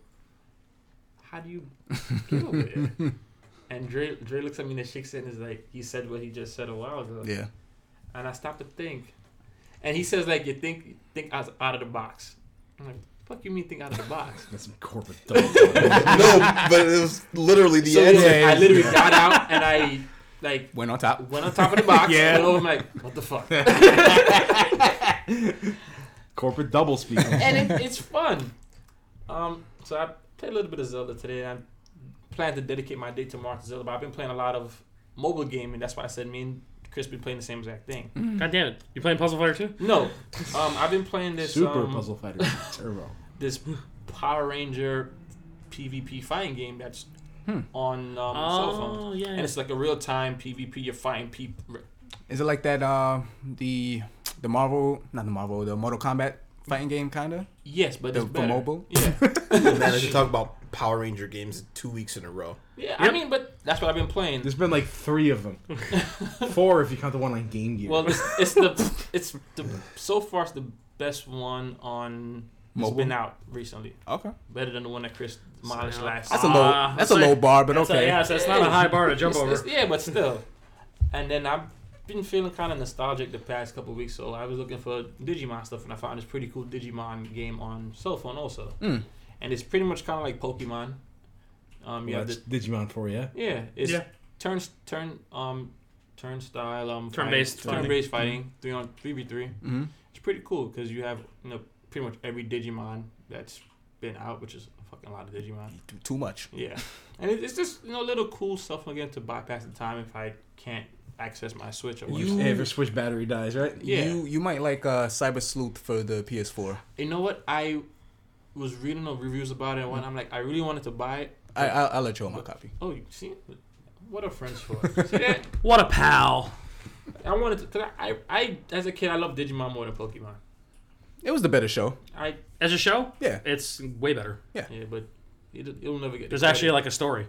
how do you get over there? And Dre Dre looks at me and shakes it and is like, he said what he just said a while ago. Yeah. And I stopped to think, and he says like, you think think out out of the box. I'm like, fuck you mean think out of the box? That's some corporate dog. no, but it was literally the so end. like, I literally got out and I like Went on top. went on top of the box. Yeah. Went over, I'm like, what the fuck? corporate double speak. and it, it's fun. Um, so I played a little bit of Zelda today. I plan to dedicate my day to Mark Zelda, but I've been playing a lot of mobile gaming. That's why I said me and Chris been playing the same exact thing. God damn it! You playing Puzzle Fighter too? No, um, I've been playing this Super um, Puzzle Fighter Turbo. this Power Ranger PvP fighting game that's Hmm. on um, cell Oh, phone, yeah, and yeah. it's like a real time PvP. You're fighting people. Is it like that? Uh, the the Marvel, not the Marvel, the Mortal Kombat fighting game, kinda. Yes, but The- it's for better. mobile? Yeah, Man, I should talk about Power Ranger games two weeks in a row. yeah. I mean, but that's what I've been playing. There's been like three of them. Four if you count the one on Game Gear. Well, it's, it's the it's the so far it's the best one on that's Mobile? been out recently. Okay. Better than the one that Chris demolished now- last. That's a year. low. Ah, that's that's a low like- bar, but That's okay. A, yeah, so it's not a high bar to jump It's- over. it's- yeah, but still. And then I've been feeling kind of nostalgic the past couple weeks, so I was looking for Digimon stuff, and I found this pretty cool Digimon game on cell phone also. Mm. And it's pretty much kind of like Pokemon. Um, you Well, have that's the Digimon for you. yeah, it's Yeah. turn turn um turnstyle um Turn-based fighting- fighting. turn-based fighting three on three v three. hmm It's pretty cool because you have you know pretty much every Digimon that's been out, which is a fucking lot of Digimon. Too much. Yeah, and it, it's just you know little cool stuff again to bypass the time if I can't access my Switch or whatever. You- Hey, if your Switch battery dies, right? Yeah. You you might like uh, Cyber Sleuth for the PS4. You know what? I was reading the reviews about it, and I'm like, I really wanted to buy it. I I'll, I'll let you on my copy. Oh, you see, what are friends for? see that? What a pal! I wanted to, cause I, I, I as a kid, I loved Digimon more than Pokemon. It was the better show. I As a show, Yeah. it's way better. yeah, but it, it'll never get. There's actually like a story,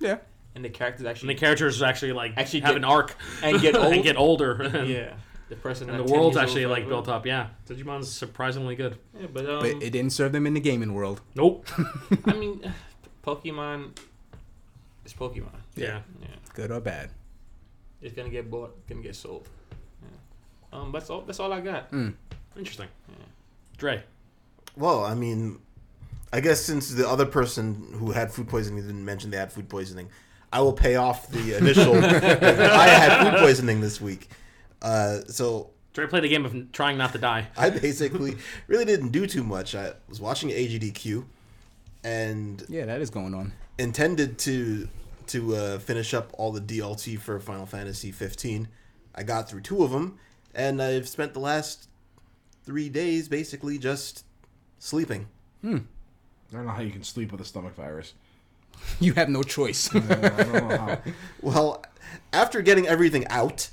Yeah. and the characters and actually the characters actually like Actually have get- an arc and get old. and get older. and yeah, the person the world's actually like built up. Yeah, Digimon's surprisingly good. Yeah, but, um, But it didn't serve them in the gaming world. Nope. I mean, Pokemon It's Pokemon. Yeah. Yeah. Good or bad. It's gonna get bought. Gonna get sold. Yeah. Um. That's all. That's all I got. Mm. Interesting. Dre. Well, I mean, I guess since the other person who had food poisoning didn't mention they had food poisoning, I will pay off the initial. I had food poisoning this week, uh, so Dre played a game of n- trying not to die. I basically really didn't do too much. I was watching AGDQ, and Yeah, that is going on. intended to to uh, finish up all the DLT for Final Fantasy 15. I got through two of them, and I've spent the last three days basically just sleeping. I don't know how you can sleep with a stomach virus. You have no choice. I don't know how. Well, after getting everything out,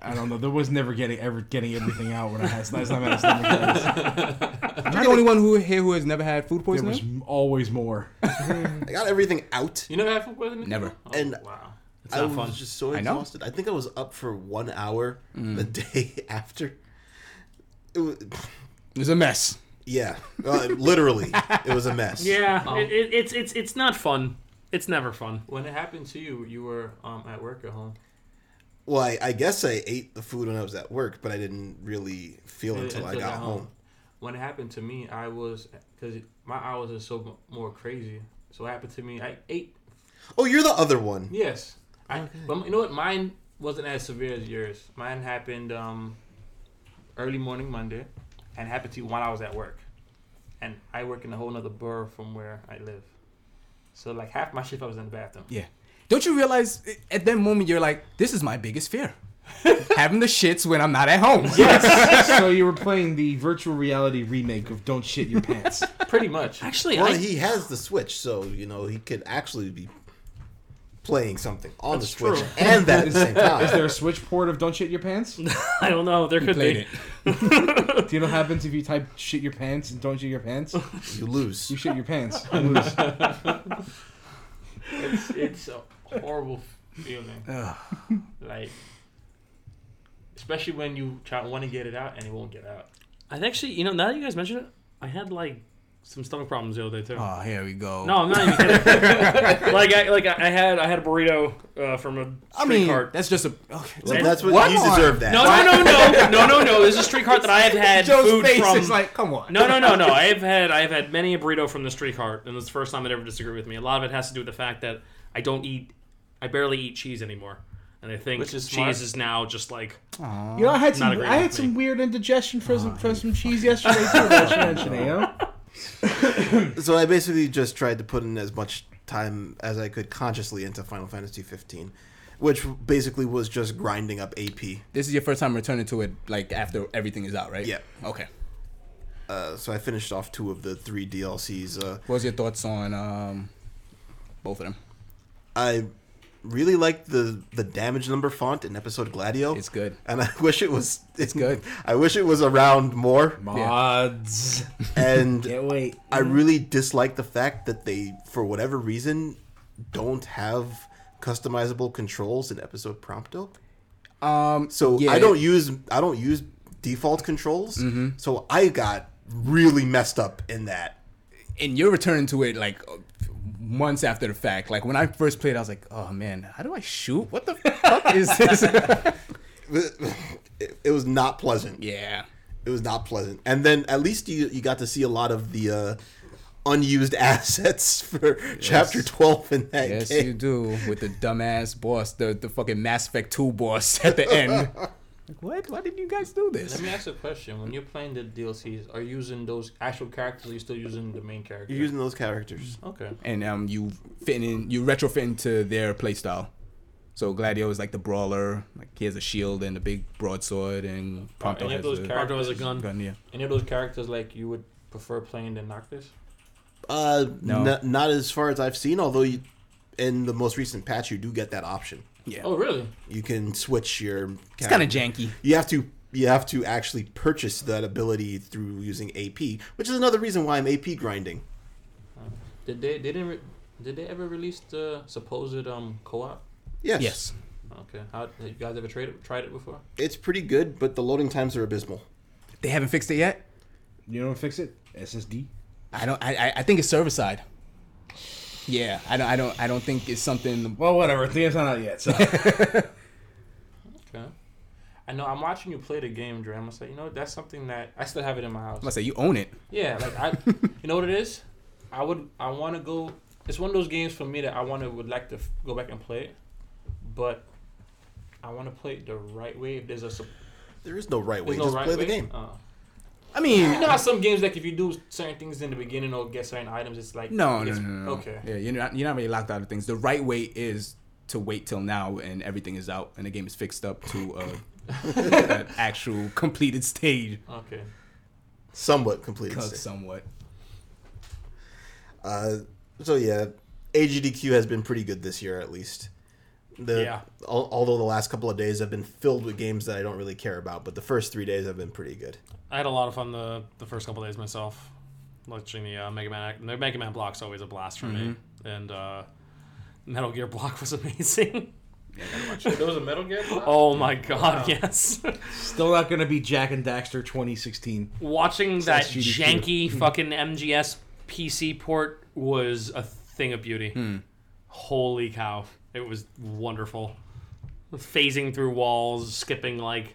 I don't know. There was never getting ever getting everything out when I had last time I had stomach virus. Am I the only one who here who has never had food There was poisoning? m- always more. I got everything out. You never had food poisoning? Never. Oh, And- wow. It's I not was fun. just so I know. exhausted. I, think I was up for one hour the day after. It was, It was a mess. yeah, uh, literally, it was a mess. Yeah, Um, it, it, it's it's it's not fun. It's never fun. When it happened to you, you were um at work or home. Well, I, I guess I ate the food when I was at work, but I didn't really feel Yeah, until I Uh, until got got home. home. When it happened to me, I was because my hours are so m- more crazy. So what happened to me? I ate. Oh, you're the other one. Yes. I. But you know what? Mine wasn't as severe as yours. Mine happened um early morning Monday, and happened to you while I was at work, and I work in a whole other borough from where I live. So like half my shift, I was in the bathroom. Yeah. Don't you realize i- at that moment you're like, this is my biggest fear. Having the shits when I'm not at home. so you were playing the virtual reality remake of Don't Shit Your Pants. Pretty much. Actually, Well, I, he has the Switch, so you know he could actually be playing something on That's the Switch true. and that at the same Is time. there a Switch port of Don't Shit Your Pants? Do I don't know. There could be. Played it. you know what happens if you type shit your pants and don't shit your pants? You lose. You shit your pants. You lose. it's it's a horrible feeling. like, especially when you try want to get it out and it won't get out. I actually, you know, now that you guys mention it, I had like some stomach problems the other day too. Oh, here we go. No, I'm not even kidding. like, I, like I had, I had a burrito uh, from a street I mean, cart. that's just a. Okay. So And- that's what What you on? deserve that. No, no, no, no, no, no, no. This is a street cart that I have had Joe's food face from. is like, come on. no, no, no, no. I've had, I've had many a burrito from the street cart, and it's the first time that ever disagreed with me. A lot of it has to do with the fact that I don't eat, I barely eat cheese anymore, and I think Which is cheese smart. is now just like You know, I had Not some. agreeing I with had me. some weird indigestion for some for some cheese yesterday too. that you mentioned, you know? So I basically just tried to put in as much time as I could consciously into Final Fantasy 15, which basically was just grinding up AP. This is your first time returning to it, like after everything is out, right? Yeah. Okay. Uh, so I finished off two of the three DLCs. Uh, What was your thoughts on um, both of them? I really liked the the damage number font in episode Gladio. It's good. and I wish it was. It's good. I wish it was around more. Mods. And Can't wait. I Mm-hmm. really dislike the fact that they, for whatever reason, don't have customizable controls in episode Prompto. Um, So yeah, Mm-hmm. I don't use I don't use default controls. So I got really messed up in that. and you're returning to it like months after the fact. Like when I first played, I was like, oh man, how do I shoot? What the fuck is this? It, it was not pleasant. yeah. It was not pleasant. And then at least you you got to see a lot of the uh, unused assets for chapter twelve in that Yes, game. you do with the dumbass boss, the the fucking Mass Effect Two boss at the end. like, what? Why did you guys do Let this? me ask you a question: When you're playing the DLCs, are you using those actual characters? or Are you still using the main character? You're using those characters. okay. And um, you fit in, you retrofit into their playstyle. So Gladio is like the brawler. Like he has a shield and a big broadsword, and Prompto any of has those a characters- Bardo has a gun. gun. Yeah. Any of those characters like you would prefer playing than Noctis? Uh, No. n- not as far as I've seen. Although you, in the most recent patch, you do get that option. Yeah. Oh, really? You can switch your. it's kind of janky. You have to. You have to actually purchase that ability through using AP, which is another reason why I'm AP grinding. Did they, they didn't? Re- did they ever release the supposed um co-op? Yes. Yes. Okay. How you guys ever tried it, tried it before? It's pretty good, but the loading times are abysmal. They haven't fixed it yet. You know what fix it? SSD. I don't. I I- I think it's server side. yeah, I don't, I don't, I don't think it's something. Well, whatever. The game's not out yet. So Okay. I know. I'm watching you play the game, Dre. I'm just like, you know, that's something that I still have it in my house. I say you own it. Yeah, like I, you know what it is? I would, I want to go. It's one of those games for me that I want to would like to f- go back and play it, but I want to play it the right way. If there's a sup- There is no right way. there's no Just right play way. the game. Uh, I mean, you know how some games like if you do certain things in the beginning or get certain items, it's like no, no, it's- no, no, no. okay. Yeah, you're not, you're not really locked out of things. The right way is to wait till now and everything is out and the game is fixed up to a, an actual completed stage. Okay. Somewhat completed. Cut somewhat. Uh, so yeah, AGDQ has been pretty good this year, at least. The, Yeah. al- although the last couple of days have been filled with games that I don't really care about, but the first three days have been pretty good. I had a lot of fun the, the first couple days myself, watching the uh, Mega Man. act- The Mega Man block's always a blast for me, Mm-hmm. and uh, Metal Gear block was amazing. Actually, there was a Metal Gear. Block? oh my god, yes! still not gonna be Jack and Daxter 2016. watching that SGDQ. janky Mm-hmm. fucking MGS PC port was a thing of beauty. Hmm. Holy cow. It was wonderful. Phasing through walls, skipping like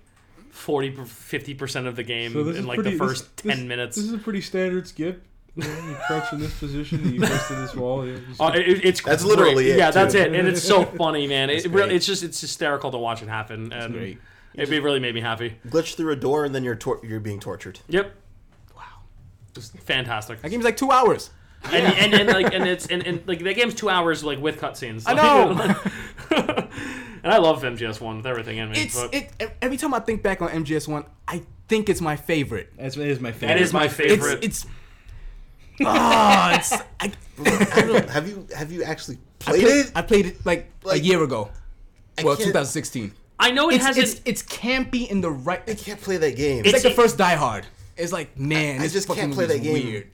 40 50% of the game So this is in like pretty- the first this- 10 minutes. This is a pretty standard skip. You, know, you crouch in this position, you face to this wall. You just- Oh, it- it's That's great. literally it, Yeah, that's too. it. And it's so funny, man. It, really, great. it's just it's hysterical to watch it happen and great. It, it really made me happy. Glitch through a door and then you're tor- you're being tortured. Yep. Wow. Just fantastic. That game's like two hours. and, and, and like and it's and, and like that game's two hours like with cutscenes. I know. and I love MGS one with everything in me. It's but it. e, Every time I think back on MGS One, I think it's my favorite. That's it is my favorite. that is my favorite. It's it's. Ah, it's. I, I don't, have you have you actually played it? I played it like, a Like, year ago. Well, can't- 2016. I know it It's, has it's it. it's campy in the right. I can't play that game. It's like It's- the first Die Hard. It's like man, I this just fucking can't play movie's that game. Weird.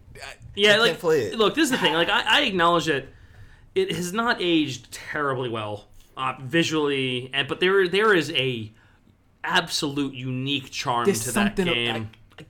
Yeah, I like can't play it. look, this is the thing. Like I, I acknowledge that it has not aged terribly well uh, visually, and but there there is a absolute unique charm There's to that something game. I, I-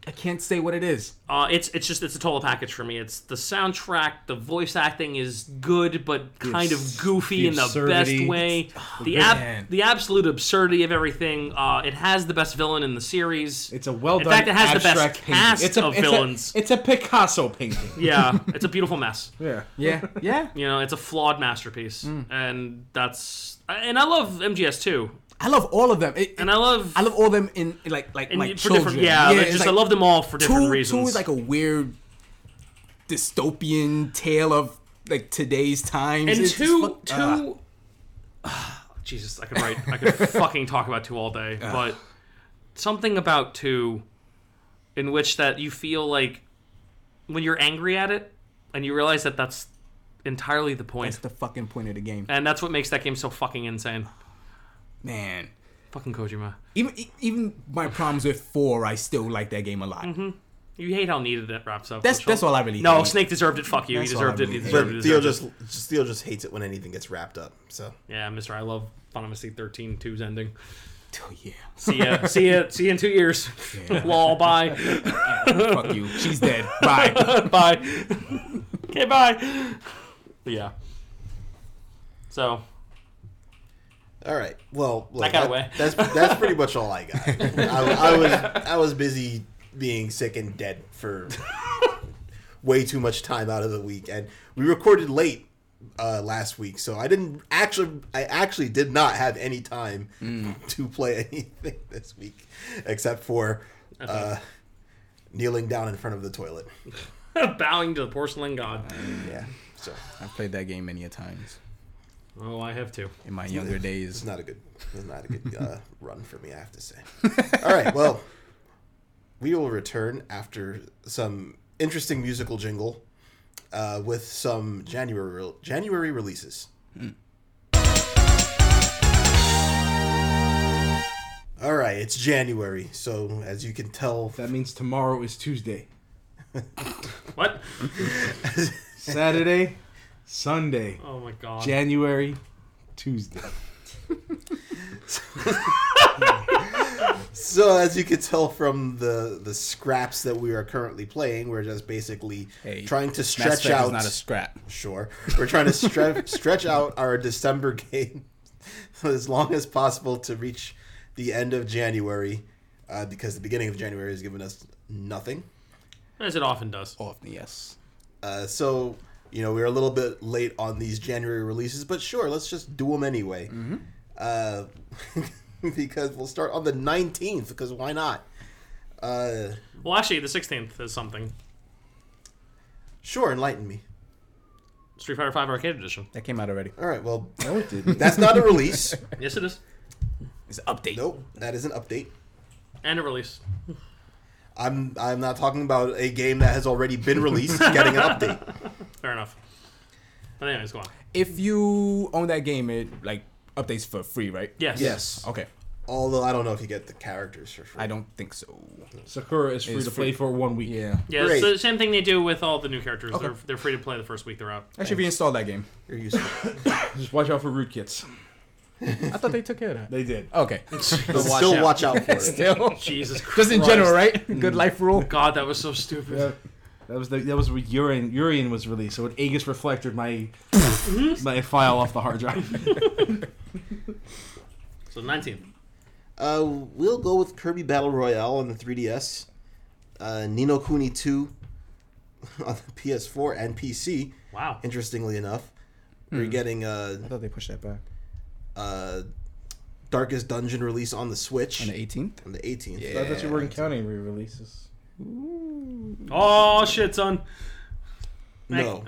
I can't say what it is. Uh, it's it's just it's a total package for me. It's the soundtrack, the voice acting is good but kind abs- of goofy the in the best absurdity. oh, way. The man. ab- the absolute absurdity of everything. Uh, it has the best villain in the series. It's a well In done. fact, it has the best abstract painting. cast it's a, of it's a- villains. it's a Picasso painting. yeah, it's a beautiful mess. yeah. Yeah, yeah. You know, it's a flawed masterpiece, Hmm. and that's and I love MGS too, I love all of them. It, it- and I love I love all them in like like and my for children. different yeah, like, it's just like I love them all for different two, reasons. Two is like a weird dystopian tale of like today's times. and It's just two fuck- two ah. Jesus, I could write I could fucking talk about two all day, Uh. but something about two in which that you feel like when you're angry at it and you realize that that's entirely the point. That's the fucking point of the game, and that's what makes that game so fucking insane. man. Fucking Kojima. Even e- even my problems with four, I still like that game a lot. You hate how needed it wraps up. That's which that's I'll- all I really. No, hate. Snake deserved it. Fuck you. That's he all I deserved it. He really hate. deserved it. but he Theo deserved just Theo just hates it when anything gets wrapped up. So it. Yeah, Mr. I love Final Fantasy 13 2's ending. Oh, yeah. See ya. see ya. See you in two years. Lol. Bye. Fuck you. She's dead. Bye. bye. okay, bye. Yeah. So all right, well, look, That got away. That's that's pretty much all I got. I, I was I was busy being sick and dead for way too much time out of the week, and we recorded late uh, last week, so I didn't actually I actually did not have any time to play anything this week, except for uh, kneeling down in front of the toilet. bowing to the porcelain god. Yeah, so I've played that game many a times Oh, I have to. in my younger It's days. not a good. It's not a good uh, run for me. I have to say. All right. Well, we will return after some interesting musical jingle uh, with some January rel- January releases. Hmm. All right. It's January, so as you can tell, That means tomorrow is Tuesday. What? Saturday, Sunday, Oh my god. January, Tuesday. So as you can tell from the the scraps that we are currently playing, we're just basically Hey, trying to Mass stretch Effect out. is not a scrap. sure, we're trying to stre- stretch out our December game as long as possible to reach the end of January, uh, because the beginning of January has given us nothing. As it often does. Often, yes. Uh, so you know we're a little bit late on these January releases, but sure, let's just do them anyway. Uh, because we'll start on the nineteenth. Because why not? Uh, Well, actually, the 16th is something. sure, enlighten me. Street Fighter 5 Arcade Edition. That came out already. All right, well, No, it didn't. that's not a release. Yes, it is. It's an update. nope, that is an update. And a release. I'm I'm not talking about a game that has already been released getting an update. Fair enough. But anyways, go on. If you own that game, it like updates for free, right? Yes. yes. Okay. Although I don't know if you get the characters for free. I don't think so. Sakura is free It's to play free. for one week. Yeah. Yeah, it's Great. the same thing they do with all the new characters. Okay. They're, they're free to play the first week they're out. I should reinstall that game. You're useful. Just watch out for rootkits. I thought they took care of that. They did. Okay. But watch Still out. watch out for it. Still. Jesus Christ. Just in general, right? Good life rule. God, that was so stupid. Yeah. That was the, that was where Urian Urian was released. So when Aegis reflected my my file off the hard drive. So 19th. Uh, we'll go with Kirby Battle Royale on the 3DS, uh, Nino Kuni 2 on the PS4 and PC. Wow. Interestingly enough, Hmm. we're getting uh, I thought they pushed that back uh, Darkest Dungeon release on the Switch on the 18th. on the 18th. Yeah. That's what you weren't counting re-releases. Oh, shit, son. No,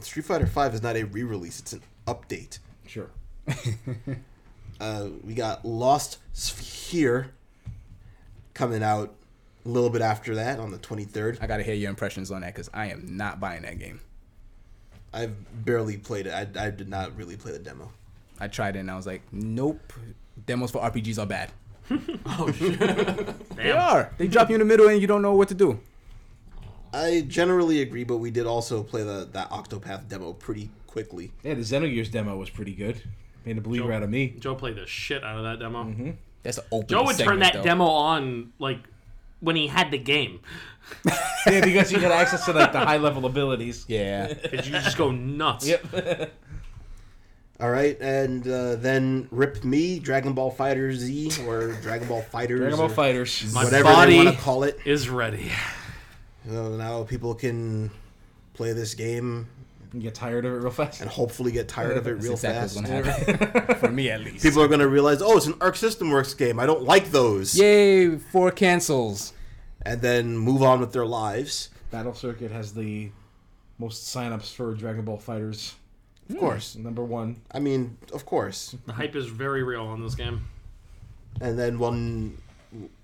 Street Fighter Five is not a re-release; it's an update. Sure. Uh, we got Lost Sphere coming out a little bit after that on the 23rd. I gotta hear your impressions on that because I am not buying that game. I've barely played it. I, I did not really play the demo. I tried it and I was like, nope. Demos for RPGs are bad. Oh shit. They Damn. are. They drop you in the middle and you don't know what to do. I generally agree, but we did also play the that Octopath demo pretty quickly. Yeah, the Xenogears demo was pretty good. Made a believer Sure. out of me. Joe played the shit out of that demo. That's an open. Joe would turn segment, that though. demo on, like, when he had the game. Yeah, because you got access to like the high level abilities. Yeah. Because you just go nuts. All right, and uh, then rip me Dragon Ball Fighter Z or Dragon Ball Fighters, Dragon Ball or Fighters. My whatever body- they want to call it. Is ready. So now people can play this game You get tired of it real fast. and hopefully get tired of it That's real exactly fast. what's gonna happen. for me, at least. People are going to realize, oh, it's an Arc System Works game. I don't like those, Yay! Four cancels. and then move on with their lives. Battle Circuit has the most signups for Dragon Ball Fighters. Of course, Number one. I mean, of course. The hype is very real on this game. and then one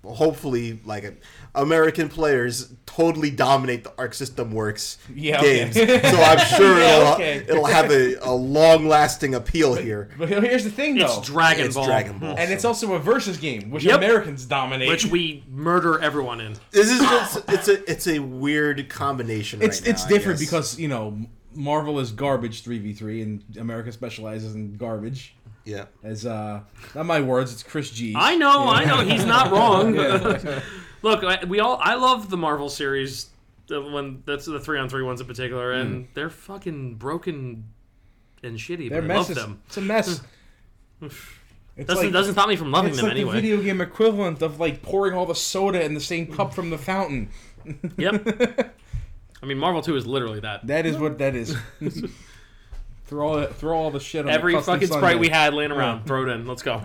hopefully like American players totally dominate the Arc System Works Yeah, okay. games. So I'm sure Yeah, it'll, okay. it'll have a, a long lasting appeal here. But here's the thing, though. It's Dragon it's Ball. Dragon Ball. and it's also a versus game, which Yep. Americans dominate. Which we murder everyone in. this is just, it's a it's a weird combination. it's right now, it's I different guess. because you know Marvel is garbage three v three, and America specializes in garbage. yeah, As uh, not my words, it's Chris G. I know, I know. He's not wrong. Yeah. Look, I, we all. I love the Marvel series. The one that's the three on three ones in particular, and they're fucking broken and shitty. They're But I love messes. them. It's a mess. It's Doesn't like- doesn't stop me from loving It's them like the anyway. video game equivalent of like pouring all the soda in the same cup from the fountain. Yep. I mean, Marvel Two is literally that. That is what that is. throw all throw all the shit on Every the custom fucking Sunday. sprite we had laying around, throw it in. Let's go.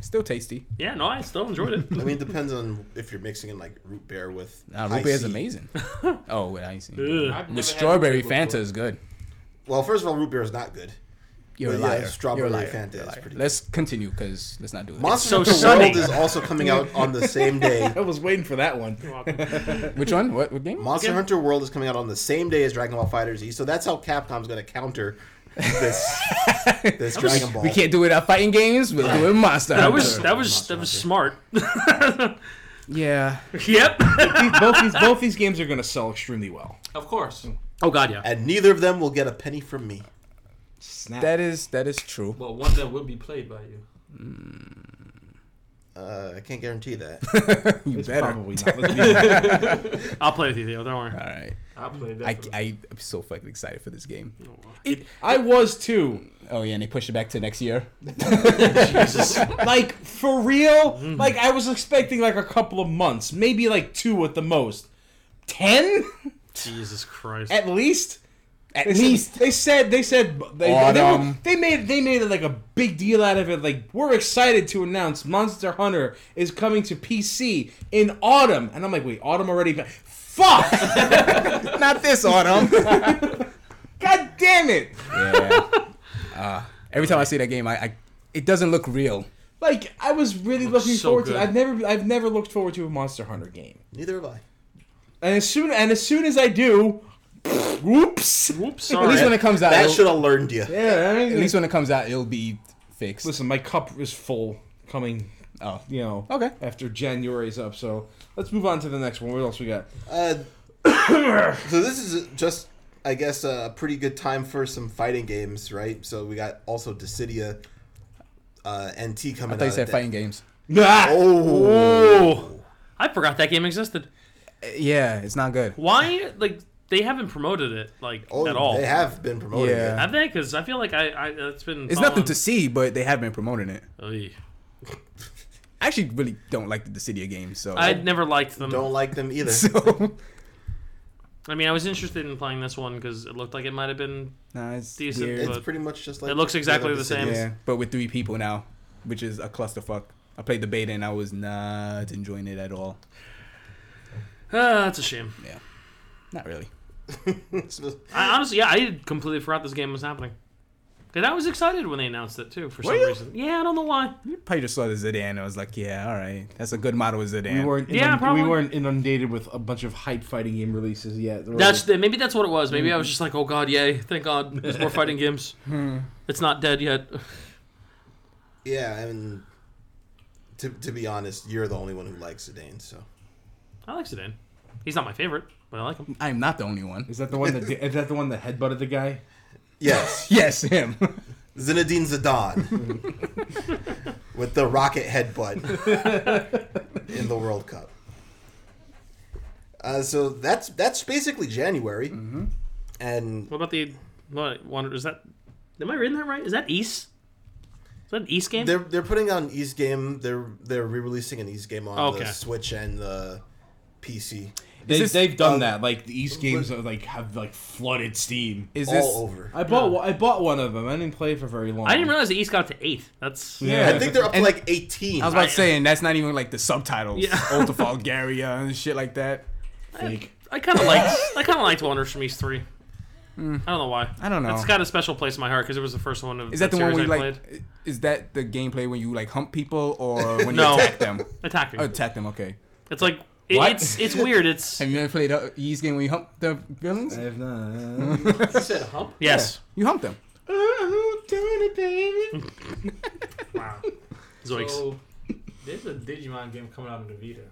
Still tasty. Yeah, no, I still enjoyed it. I mean, it depends on if you're mixing in like root beer with Nah, high root beer is C. amazing. oh, with icing. Ugh. I've never With had strawberry this before. Fanta is good. Well, first of all, root beer is not good. You're a But yeah, liar. strawberry You're a liar. Fanta You're a is liar. pretty Let's continue because let's not do this. Monsters so of the sunny. World is also coming out on the same day. I was waiting for that one. Which one? What, what game? Monster Again- Hunter World is coming out on the same day as Dragon Ball Fighter Z, so that's how Capcom's going to counter this this Dragon Ball. We can't do it at fighting games. We'll do it in Monster. That Hunter. was that was that was smart. yeah. yep. These- both these both these games are going to sell extremely well. Of course. Oh god, yeah. and neither of them will get a penny from me. Snap. That is that is true. Well, one that will be played by you. Uh, I can't guarantee that. You It's better. probably not. Let's be honest. I'll play with you, Theo. Don't worry. All right. I played I, that. I am so fucking excited for this game. It- I was too. Oh yeah, and they pushed it back to next year. Like for real. Like I was expecting like a couple of months, maybe like two at the most. Ten Jesus Christ. at least. At They said- least. they said they said they, they, were- Autumn. they made they made like a big deal out of it. Like we're excited to announce Monster Hunter is coming to PC in autumn, and I'm like, wait, autumn already? But fuck! not this autumn. God damn it! yeah. Uh, every time I see that game, I, I it doesn't look real. Like I was really Looks looking so forward to. good. It. I've never I've never looked forward to a Monster Hunter game, Neither have I. and as soon and as soon as I do, whoops. Whoops. At Sorry. least when it comes out, That it'll- should have learned you. Yeah, I mean, at least when it comes out, it'll be fixed. listen, my cup is full coming. uh, Oh, You know, okay. after January's up, so let's move on to the next one. What else we got? Uh, so this is just, I guess, a pretty good time for some fighting games, right? So we got also Dissidia uh, NT coming I thought you out. at said fighting games. that- Ah! Oh. Oh, I forgot that game existed. Uh, Yeah, it's not good. Why? Like they haven't promoted it like Oh, at all. They have been promoting Yeah. it. Have they? Because I feel like I, I it's been. It's nothing to see, but they have been promoting it. to. I actually really don't like the Dissidia games, so I never liked them. Don't like them either. so I mean, I was interested in playing this one because it looked like it might have been. nah, it's Decent, weird. It's But pretty much just like it looks exactly the same. Yeah, but with three people now, which is a clusterfuck. I played the beta and I was not enjoying it at all. Ah, that's a shame. Not really. Dissidia. I honestly, yeah, I had completely forgot this game was happening. Cause I was excited when they announced it too, for some you? reason. Yeah, I don't know why. You probably just saw the Zidane and I was like, yeah, all right, that's a good model with Zidane. We weren't, Yeah, inund- probably. we weren't inundated with a bunch of hype fighting game releases yet. There That's the, maybe that's what it was. Maybe I was just like, oh god, yay, thank God, there's more fighting games. Hmm. It's not dead yet. yeah, and to, to be honest, you're the only one who likes Zidane, so. I like Sedan. He's not my favorite, but I like him. I'm not the only one. is that the one that is that the one that headbutted the guy? Yes, Yes, him. Zinedine Zidane with the rocket headbutt in the World Cup. Uh, so that's that's basically January, and What about the what one is that? Am I reading that right? Is that East? Is that an East game? they're they're putting out an East game. They're they're re-releasing an East game on Okay. the Switch and the PC They, this- they've done um, that. Like the East games are, like have like flooded Steam. Is all this? over. I bought one- I bought one of them. I didn't play it for very long. I didn't realize the East got up to eighth. That's Yeah. I think they're up to And- like eighteen. I was about I- to say, and that's not even like the subtitles. Yeah. Old to Bulgaria and shit like that. Fake. I kind of liked. I kind of liked Wonders from East Three. I don't know why. I don't know. It's got a special place in my heart because it was the first one of Is that the one series where you I like? played. Is that the gameplay when you like hump people or when No. you attack them? Attacking. Oh, attack them. Okay. it's like it, What? it's it's weird. It's Have you ever played a East game when you hump the villains? I have not. you said hump. yes. You hump them. Oh, doing it, baby. Wow. Zoinks. So, there's a Digimon game coming out on the Vita.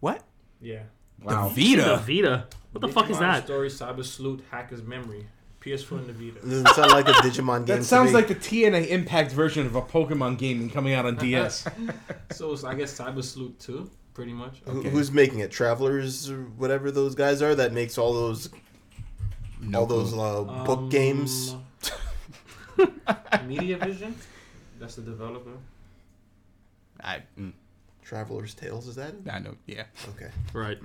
What? Yeah. Wow. The The Vita. Vita. What the fuck is Digimon that? Story Cyber Sleuth Hacker's Memory. PS4 and the Vita. Doesn't sound like a Digimon game. That sounds like the TNA Impact version of a Pokemon game and coming out on DS. So it's, I guess Cyber Sleuth 2, pretty much. okay. who's making it? Travelers, or whatever those guys are that makes all those No all those clue. uh, book Um, games. Um, Media Vision. That's the developer. I, mm, Traveler's Tales is that? it? I know. Yeah. Okay. Right.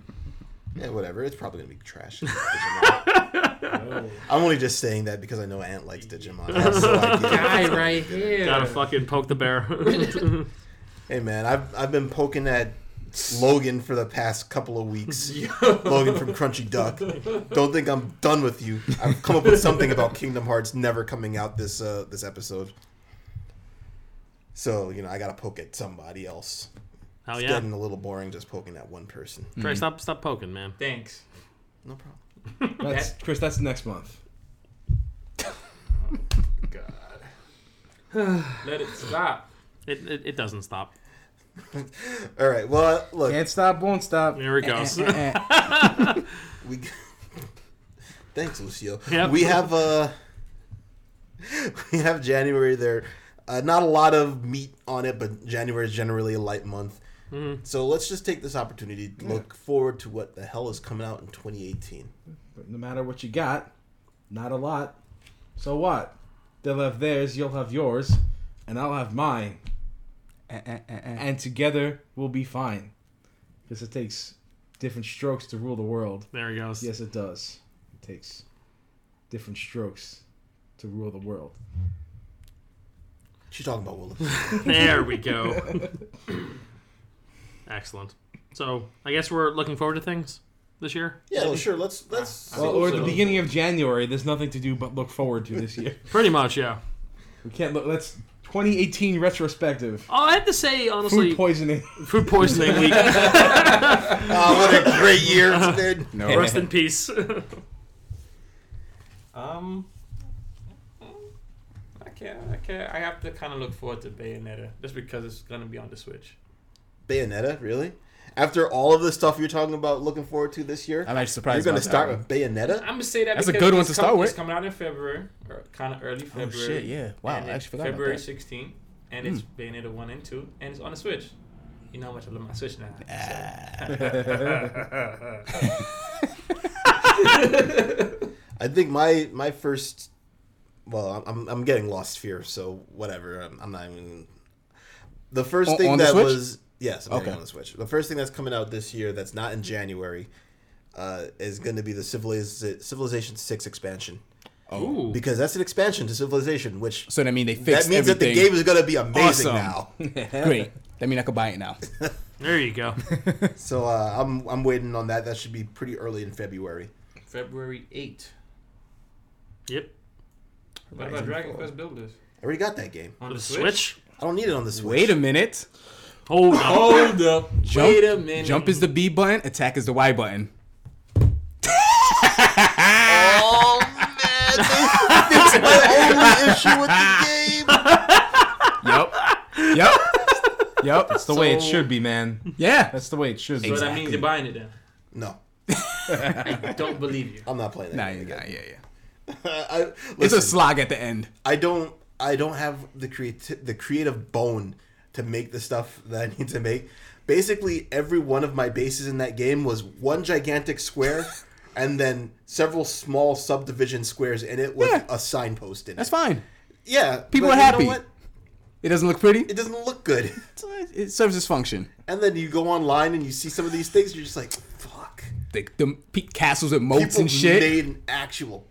Yeah, whatever. It's probably gonna be trash. Oh. I'm only just saying that because I know Ant likes Digimon. I have no idea. Guy right here. Gotta fucking poke the bear. Hey man, I've I've been poking at Logan for the past couple of weeks. Logan from Crunchy Duck. Don't think I'm done with you. I've come up with something about Kingdom Hearts never coming out this uh, this episode. So you know I gotta poke at somebody else. Hell It's Oh, yeah. getting a little boring just poking at one person. Hmm. Trey, stop stop poking, man. Thanks. No problem. That's, Chris, that's next month. Let it stop. It it, it doesn't stop. All right. Well, look, Can't stop, won't stop. There it goes. We thanks, Lucio. Yep. We have uh we have January there. Uh, not a lot of meat on it, but January is generally a light month. So let's just take this opportunity to look forward to what the hell is coming out in 2018. But no matter what you got, not a lot. So what? They'll have theirs, you'll have yours, and I'll have mine. Eh, eh, eh, eh. And together we'll be fine. Because it takes different strokes to rule the world. There he goes. Yes, it does. It takes different strokes to rule the world. She's talking about Willis. There we go. Excellent. So I guess we're looking forward to things this year. Yeah, well, sure. Let's let's. Well, or at the so. beginning of January, there's nothing to do but look forward to this year. Pretty much, yeah. we can't look. That's 2018 retrospective. Oh, I have to say Food honestly, poisoning. food poisoning week. oh, what a great year it's been. No. Rest in peace. Um, I can't. I can't. I have to kind of look forward to Bayonetta just because it's gonna be on the Switch. Bayonetta, really? After all of the stuff you're talking about, looking forward to this year, I'm actually you're surprised. going to about that start one. with Bayonetta. I'm gonna say that That's a because good one it's to start with. It's coming out in February, or kind of early Oh February. shit! Yeah. Wow. and I it's actually forgot February about that. Hmm. 16th, and it's Bayonetta 1 and 2, and it's on the Switch. You know how much I love my Switch now. I think my my first. Well, I'm I'm getting lost here, so whatever. I'm, I'm not even. The first On- thing on the that Switch? was yes, I'm getting Okay. on the Switch. The first thing that's coming out this year that's not in January uh, is going to be the Civiliz- Civilization Six expansion Ooh. because that's an expansion to Civilization, which So that mean they that fixed means that the everything. game is going to be amazing Awesome. now. Great. That mean I could buy it now. There you go. So uh, I'm I'm waiting on that. That should be pretty early in February. February 8th. Yep. What about Dragon Quest Builders? I already got that game. On The Switch. I don't need it on the Switch. Wait a minute. Hold on. Hold up. Jump, Wait a minute. Jump is the B button. Attack is the Y button. Oh man, they fixed my only issue with the game. Yep. yep. Yep. That's the way it So- should be, man. Yeah. That's the way it should be. So that means Exactly. you're buying it then. No, I don't believe you. I'm not playing that. Nah, game yeah, again. yeah, yeah. I, listen, It's a slog at the end. I don't. I don't have the creati- the creative bone to make the stuff that I need to make. Basically, every one of my bases in that game was one gigantic square, and then several small subdivision squares in it with Yeah. a signpost in it. That's fine. Yeah, People but are you know happy. what? It doesn't look pretty. It doesn't look good. It's, uh, It serves its function. And then you go online and you see some of these things, you're just like, fuck. The, the pe- castles with moats People and shit. made an actual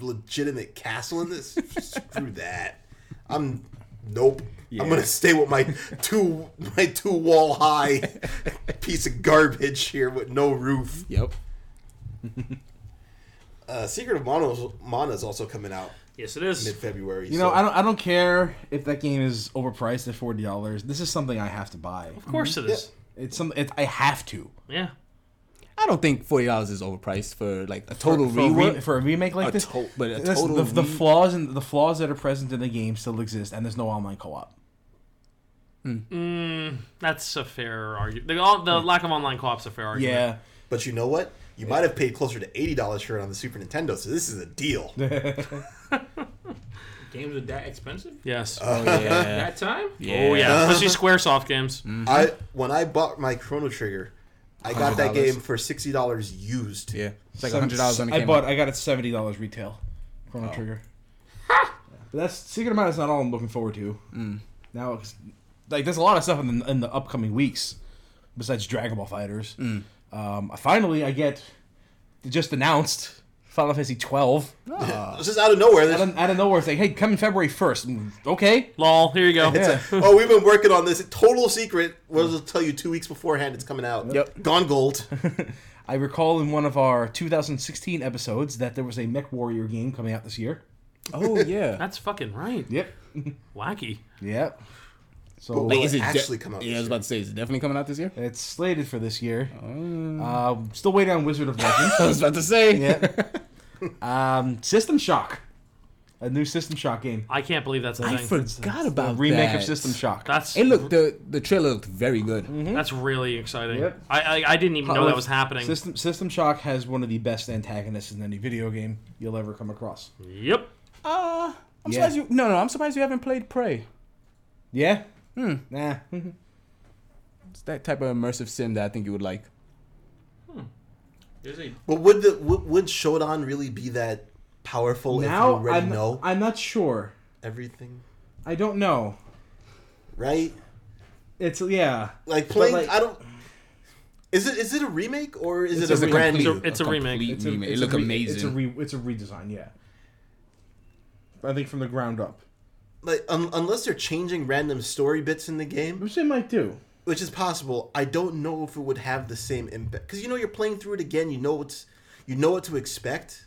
legitimate castle in this. Screw that. I'm nope. I'm gonna stay with my two my two wall high piece of garbage here with no roof. yep. Uh, Secret of Mana Mana is also coming out Yes, it is. mid February. You know, I don't. I don't care if that game is overpriced at forty dollars. This is something I have to buy. Of course it is. It's some. It, I have to. Yeah. I don't think forty dollars is overpriced for like a total for, a re- rework. for a remake like A this. to- but a Listen, total the, the re- flaws and the flaws that are present in the game still exist, and there's no online co-op. That's a fair argument. The, all, the lack of online co-op's a fair argument. Yeah, But you know what? You might have paid closer to eighty dollars for it on the Super Nintendo, so this is a deal. Games are that expensive? Yes. oh yeah. That time? oh yeah. Especially SquareSoft games. I when I bought my Chrono Trigger, I got that $100. game for sixty dollars used. Yeah. It's like hundred dollars on Oh. the I bought. I got it seventy dollars retail. Chrono Trigger. But that's Secret of Mana is not all I'm looking forward to. Mm. Now, it's, like, there's a lot of stuff in the, in the upcoming weeks besides Dragon Ball Fighters. Mm. Um, finally, I get they just announced Final Fantasy twelve. It's just out of nowhere. Out There's- of, out of nowhere, it's like, hey, come in February first. Mm, Okay. Lol. Here you go. It's like, oh, we've been working on this. Total secret. We'll just tell you two weeks beforehand it's coming out. Yep. Gone gold. I recall in one of our 2016 episodes that there was a Mech Warrior game coming out this year. Oh yeah. That's fucking right. Yep. Wacky. Yep. So Like, is it de- actually come out Yeah, this I was year? about to say, is it definitely coming out this year? it's slated for this year. Um, still waiting on Wizard of Legend. I was about to say. yep. Um, System Shock, a new System Shock game, I can't believe that's a I thing. forgot a about remake that. of System Shock. That's It looked the the trailer looked very good. Hmm? that's really exciting. Yep. I, I I didn't even know that was happening. System System Shock has one of the best antagonists in any video game you'll ever come across. Yep. Uh, Yeah. I'm surprised you. No, no, I'm surprised you haven't played Prey. Yeah. Nah. It's that type of immersive sim that I think you would like. There's a But would the would, would Shodan really be that powerful now if you already I'm, know I'm not sure. everything? I don't know. Right? It's yeah. Like But, playing like- I don't Is it is it a remake or is it It's a a brand complete- new? It's a remake. complete It's a- remake. it's It a looked re- amazing. It's a re, it's a redesign. Yeah. I think from the ground up, like un- unless they're changing random story bits in the game, which they might do. which is possible, I don't know if it would have the same impact cuz you know you're playing through it again, you know what's you know what to expect.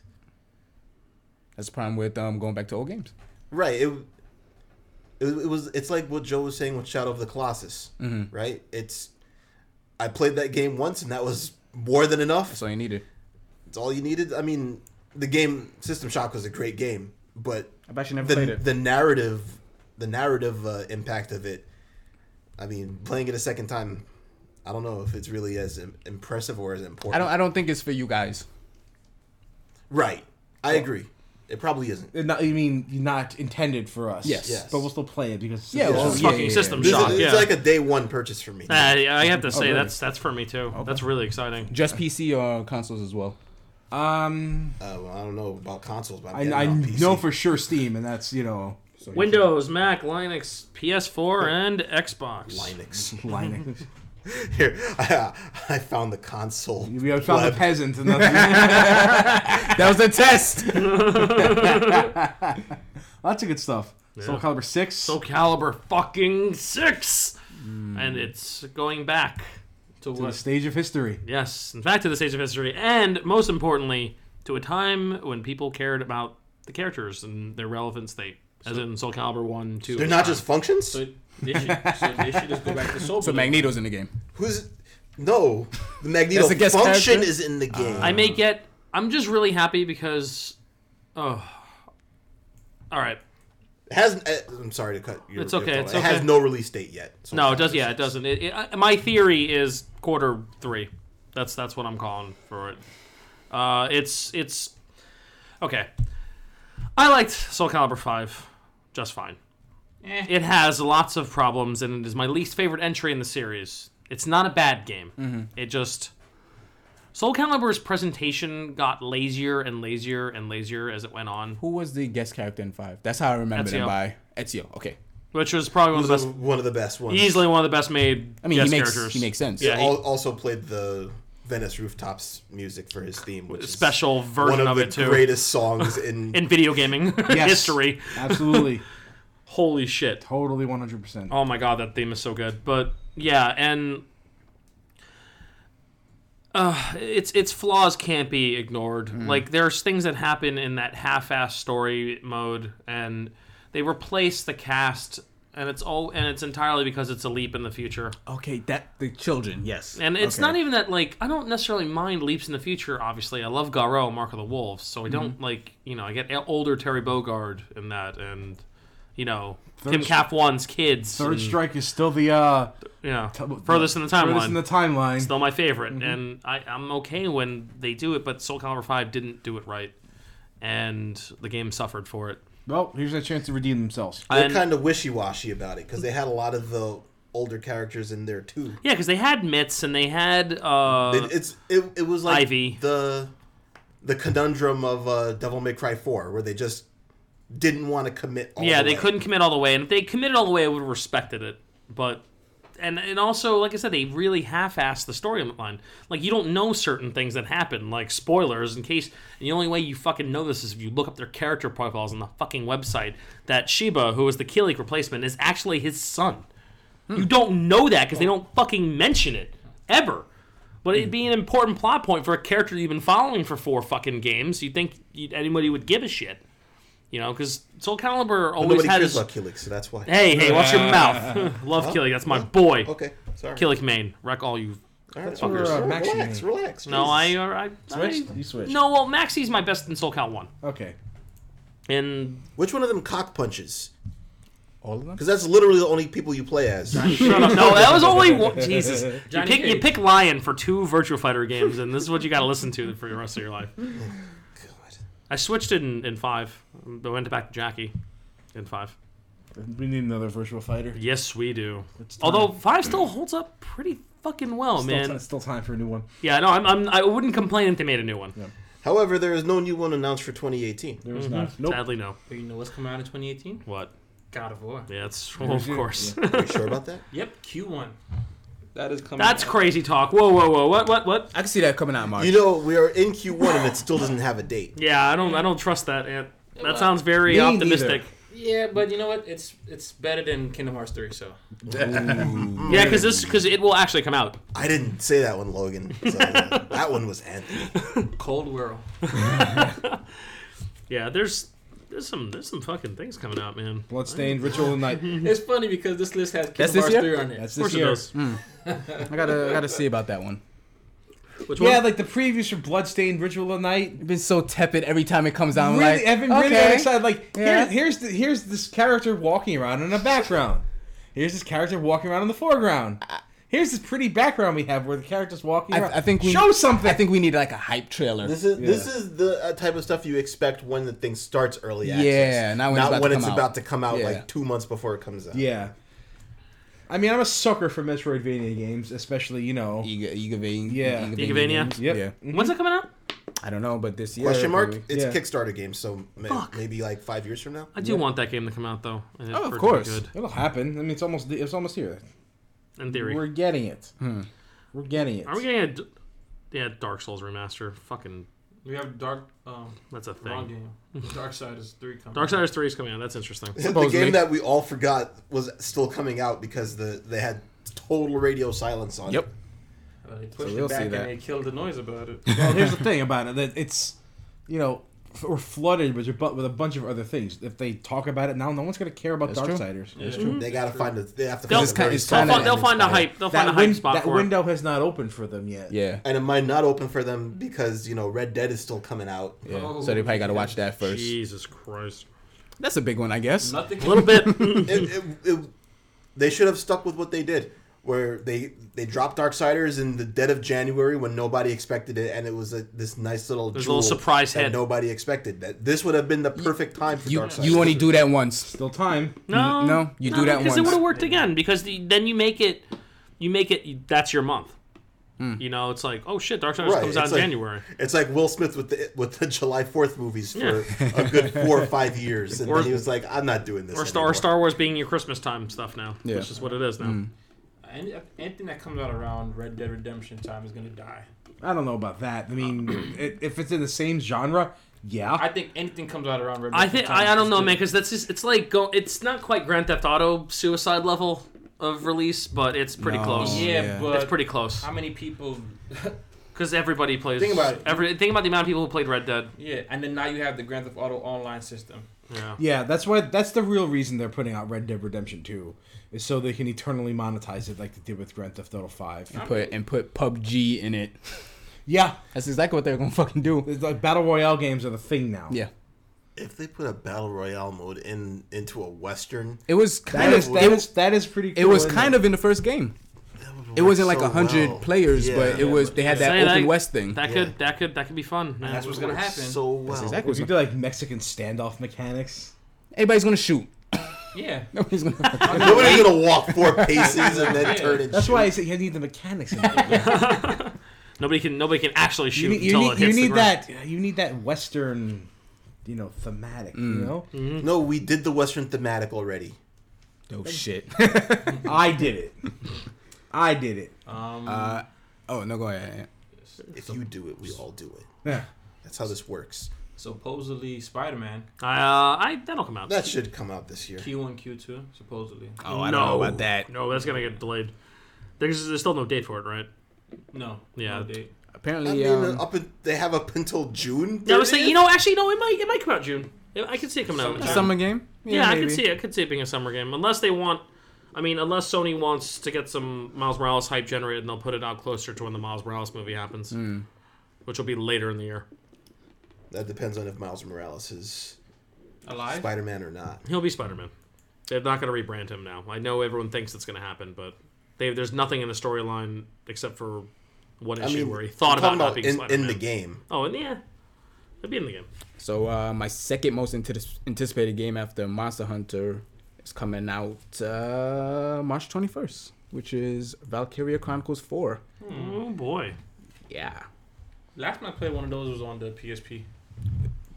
That's the problem with um, going back to old games. Right. It, it was- it was it's like what Joe was saying with Shadow of the Colossus, Mm-hmm. right? It's I played that game once and that was more than enough. That's all you needed. It's all you needed. I mean, the game System Shock was a great game, but I've actually never played the it. the narrative, the narrative uh, impact of it. I mean, playing it a second time, I don't know if it's really as im- impressive or as important. I don't. I don't think it's for you guys. right. I agree. It probably isn't. Uh, Not, you mean not intended for us? Yes. Yes. But we'll still play it because Yeah, well, It's yeah, fucking yeah, system This is- shock. it's yeah. like a day one purchase for me. Ah, yeah, I Oh, have to say really? that's that's for me too. That's really exciting. Just PC or consoles as well. um, Uh, well, I don't know about consoles, but I'm I, getting I it on PC. know for sure Steam, and that's you know Windows, Mac, Linux, PS4, and Xbox. Linux. lining. Here, I, I found the console. We have found web. a peasant, and that's, That was the test. lots of good stuff. Soul Calibur Six. Soul Calibur fucking six, Hmm. and it's going back. to to the what? stage of history. Yes, in fact, to the stage of history, and most importantly, to a time when people cared about the characters and their relevance. They, as in Soul Calibur one, two. They're not just functions. So they should, so they should just go back to Soul So Blade. Magneto's in the game. Who's no? The Magneto That's a guest function character? is in the game. I may get. I'm just really happy because. Oh. All right. It has. uh, I'm sorry to cut. Your, It's okay, your it's thought. it has okay. no release date yet. So No, it does. Yeah, it doesn't. It, it, I- my theory is quarter three. That's that's what I'm calling for it. Uh, it's it's okay. I liked Soul Calibur five just fine. Eh. It has lots of problems, and it is my least favorite entry in the series. It's not a bad game. It just Soul Calibur's presentation got lazier and lazier and lazier as it went on, Who was the guest character in five? That's how I remember Ezio. them by Ezio. Okay. which was probably one It of the was best, one of the best ones. easily one of the best made. I mean, guest he makes characters. he makes sense. Yeah. he- Al- also played the Venice rooftops music for his theme, which is special version one of, of, the it too. greatest songs in. in video gaming Yes. history. Absolutely, Holy shit. totally, one hundred percent. Oh my god, that theme is so good. But yeah, and uh, its its flaws can't be ignored. Mm-hmm. Like there's things that happen in that half-ass story mode, and they replace the cast, and it's all and it's entirely because it's a leap in the future. Okay. That the children. Yes. And it's Okay. not even that like I don't necessarily mind leaps in the future. Obviously, I love Garo, Mark of the Wolves, so I don't like you know I get older Terry Bogard in that, and you know Tim Third- Cap One's kids, Third and, Strike is still the uh, you know, t- furthest in the timeline, Furthest in the timeline. Mm-hmm. still my favorite, and I, I'm okay when they do it, but Soul Calibur Five didn't do it right, and the game suffered for it. well, here's a chance to redeem themselves. They're and- kind of wishy washy about it because they had a lot of the older characters in there too. Yeah, because they had Mitts and they had uh, It, it's it, it was like Ivy. the the conundrum of uh, Devil May Cry Four, where they just didn't want to commit. All Yeah, the they way. couldn't commit all the way, and if they committed all the way, I would have respected it. But and and also, like I said, they really half-assed the storyline. Like you don't know certain things that happen, like spoilers. In case and the only way you fucking know this is if you look up their character profiles on the fucking website. That Sheba, who is the Killik replacement, is actually his son. You don't know that because they don't fucking mention it ever. But it'd be an important plot point for a character you've been following for four fucking games. You'd think you'd, anybody would give a shit. You know, because Soul Calibur But always Nobody had cares his. about uh, Kilix, so that's why. Hey, hey, watch your mouth. Love Killick, that's my boy. Okay, sorry. Killick main, wreck all you. All right, where, fuckers. uh, Max relax, is. relax. No, Jesus. I, I, uh, I, Switched? You switched. No, well, Maxi's my best in Soul Cal one, Okay. and Which one of them cock punches? All of them. Because that's literally the only people you play as. Shut up. No, that was only one. Jesus. You Johnny pick, you Cage. pick Lion for two Virtua Fighter games, and this is what you got to listen to for the rest of your life. I switched it in, in five, but went back to Jackie in five. We need another virtual fighter. Yes, we do. It's time. Although five still holds up pretty fucking well, still man. ti- still time for a new one. yeah, no, I'm, I'm, I wouldn't complain if they made a new one. However, there is no new one announced for 2018. There was Mm-hmm. not. Nope. Sadly, no. But you know what's coming out in 2018? What? God of War. Yeah, it's well, of Yeah. course. Are you sure about that? Yep, Q1. That is coming. That's out. crazy talk. Whoa, whoa, whoa. What? What? What? I can see that coming out in March. You know, we are in Q1 and it still doesn't have a date. Yeah, I don't. I don't trust that. Ant. That Well, sounds very me optimistic. Yeah, but you know what? It's it's better than Kingdom Hearts 3, so. Yeah, because this because it will actually come out. I didn't say that one, Logan. So that one was Anthony. Cold World. Yeah, there's there's some there's some fucking things coming out, man. Bloodstained Ritual of Night. It's funny because this list has Kingdom That's this Hearts year? 3 on it. That's Of this course it year. does. I gotta, I gotta see about that one. Which Yeah, one? like the previews for Bloodstained Ritual of Night. I've been so tepid every time it comes out. I'm really, like, I've been really okay. excited. Like Yeah. here, here's the, here's this character walking around in the background. Here's this character walking around in the foreground. Here's this pretty background we have where the character's walking. I, around. I think we show something. I think we need like a hype trailer. This is this Yeah. is the uh, type of stuff you expect when the thing starts early access. Yeah, not when it's about to come to come out. out Yeah. like two months before it comes out. yeah. I mean, I'm a sucker for Metroidvania games, especially you know. Iga, Igavania. Yeah. Igavania? games. Yep. Yeah. Mhm. When's it coming out? I don't know, but this year. Question mark? maybe. It's Yeah. a Kickstarter game, so may- Fuck. maybe like five years from now. I do want that game to come out though. and it Oh, of for it to be course. Good. It'll happen. I mean, it's almost it's almost here. In theory, Hmm. We're getting it. We're getting it. are we getting a d- yeah Dark Souls remaster? Fucking we have Dark. Um, that's a wrong thing. game. Dark Side is 3 coming. out. Darksiders three is coming out. That's interesting. the Supposedly. game that we all forgot was still coming out because the they had total radio silence on Yep. it. Uh, they pushed we'll it back see and that. they killed the noise about it. Well, here's the thing about it that it's, you know, f- we're flooded with a bu- with a bunch of other things. If they talk about it now, no one's gonna care about That's true. Darksiders. Yeah. They gotta find a they have to They'll- find a very it's They'll, solid find, kinda- end. they'll find a That hype. They'll find a That, hype win- spot that for window has not opened for them yet. Yeah. and it might not open for them because you know Red Dead is still coming out. Yeah. Oh, so they probably got to yeah. watch that it. first. Jesus Christ! That's a big one, I guess. Nothing. A little bit. Mm, It, it, it, they should have stuck with what they did, where they they dropped Darksiders in the dead of January when nobody expected it, and it was a, this nice little There's a little surprise that hit. nobody expected. That this would have been the perfect time for You Darksiders. you only do that once. Still time. No, No, you do that because it once. would have worked again. Because the, then you make it, you make it. you- that's your month. You know, it's like, oh shit, Dark Souls Right, comes out it's in like- January, It's like Will Smith with the with the July Fourth movies for a good four or five years, and Or- then he was like, "I'm not doing this." or Star or anymore." Star Wars being your Christmas time stuff now, Yeah. which is what it is now. Any, anything that comes out around Red Dead Redemption time is gonna die. I don't know about that. I mean, i if it's in the same genre, yeah. I think anything comes out around Red. I Dead think time I, I don't is know, good. man, because that's just it's like go, it's not quite Grand Theft Auto suicide level of release, but it's pretty No. close. Yeah, Yeah. but Oh, It's pretty close how many people? because everybody plays. Think about it. Every, think about the amount of people who played Red Dead. yeah, and then now you have the Grand Theft Auto online system. Yeah, Yeah, that's why. That's the real reason they're putting out Red Dead Redemption Two, is so they can eternally monetize it like they did with Grand Theft Auto Five. Put and put PUBG in it. Yeah, That's exactly what they're gonna fucking do. it's like battle royale games are the thing now. Yeah. If they put a battle royale mode in into a western, It was that kind is of that it, is that is pretty. Cool, it was isn't kind of in the first game. that would It work wasn't like so a hundred well. players, but Yeah. it was they had that Say open that- west thing. that could that could that could be fun. Man. That's what's gonna Works happen. So well. That's exactly If you what do like Mexican standoff mechanics, everybody's gonna shoot. Yeah, Nobody's gonna. Nobody's gonna walk four paces and then turn and that's shoot. why I say you need the mechanics. In there. Nobody can nobody can actually shoot you need, you until need- it you hits the need ground. that you need that Western, you know, thematic. Mm. You know, No, we did the western thematic already. oh shit. I did it. I did it. um, Uh, oh no, go ahead. If you do it, we all do it. Yeah. That's how this works. supposedly Spider-Man Uh, I that'll come out. That should come out this year. Q1, Q2, supposedly. Oh, I don't know about that. No, that's gonna get delayed. There's, there's still no date for it, right? No, Yeah. no date. I Apparently, mean, um, up in, they have up until June. Yeah, I was 30th? saying, you know, actually, no, it might it might come out June. Yeah, I could see it coming out. in a June. summer game. Yeah, I could see it. I could see it being a summer game, unless they want. I mean, unless Sony wants to get some Miles Morales hype generated, and they'll put it out closer to when the Miles Morales movie happens, which will be later in the year. that depends on if Miles Morales is Alive. Spider-Man or not. He'll be Spider Man. They're not going to rebrand him now. I know everyone thinks it's going to happen, but they, there's nothing in the storyline except for one I issue mean, where he thought we're talking about not being in, Spider Man. in the game. Oh, and yeah, it'd be in the game. So uh, my second most antici- anticipated game after Monster Hunter It's coming out uh, March 21st, which is Valkyria Chronicles 4. Oh boy. Yeah. Hmm. Last time I played one of those was on the PSP.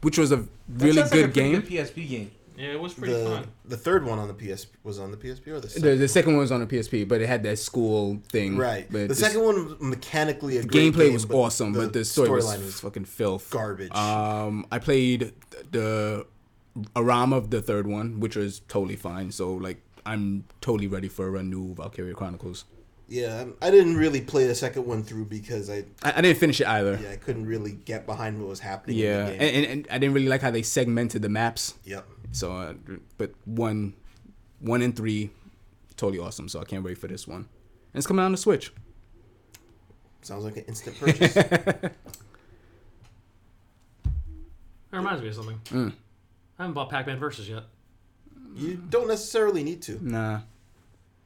Which was a really sounds good like a pretty game. good PSP game. Yeah, it was pretty The, fun. the third one on the PS was on the PSP or the second? The, the second one was on the PSP, but it had that school thing. right. But The this- second one was mechanically a great gameplay game, was but awesome, but the story was, storyline fucking filth. garbage. Um, I played th- the Arama of the third one, which was totally fine. So like, I'm totally ready for a new Valkyria Chronicles. yeah, I didn't really play the second one through because I I, I didn't finish it either. yeah I couldn't really get behind what was happening. Yeah, in the game. And, and, and I didn't really like how they segmented the maps. yep. So, uh, but one, one and three, totally awesome. So I can't wait for this one. And it's coming out on the Switch. Sounds like an instant purchase. That reminds me of something. I haven't bought Pac-Man Versus yet. you don't necessarily need to. Nah,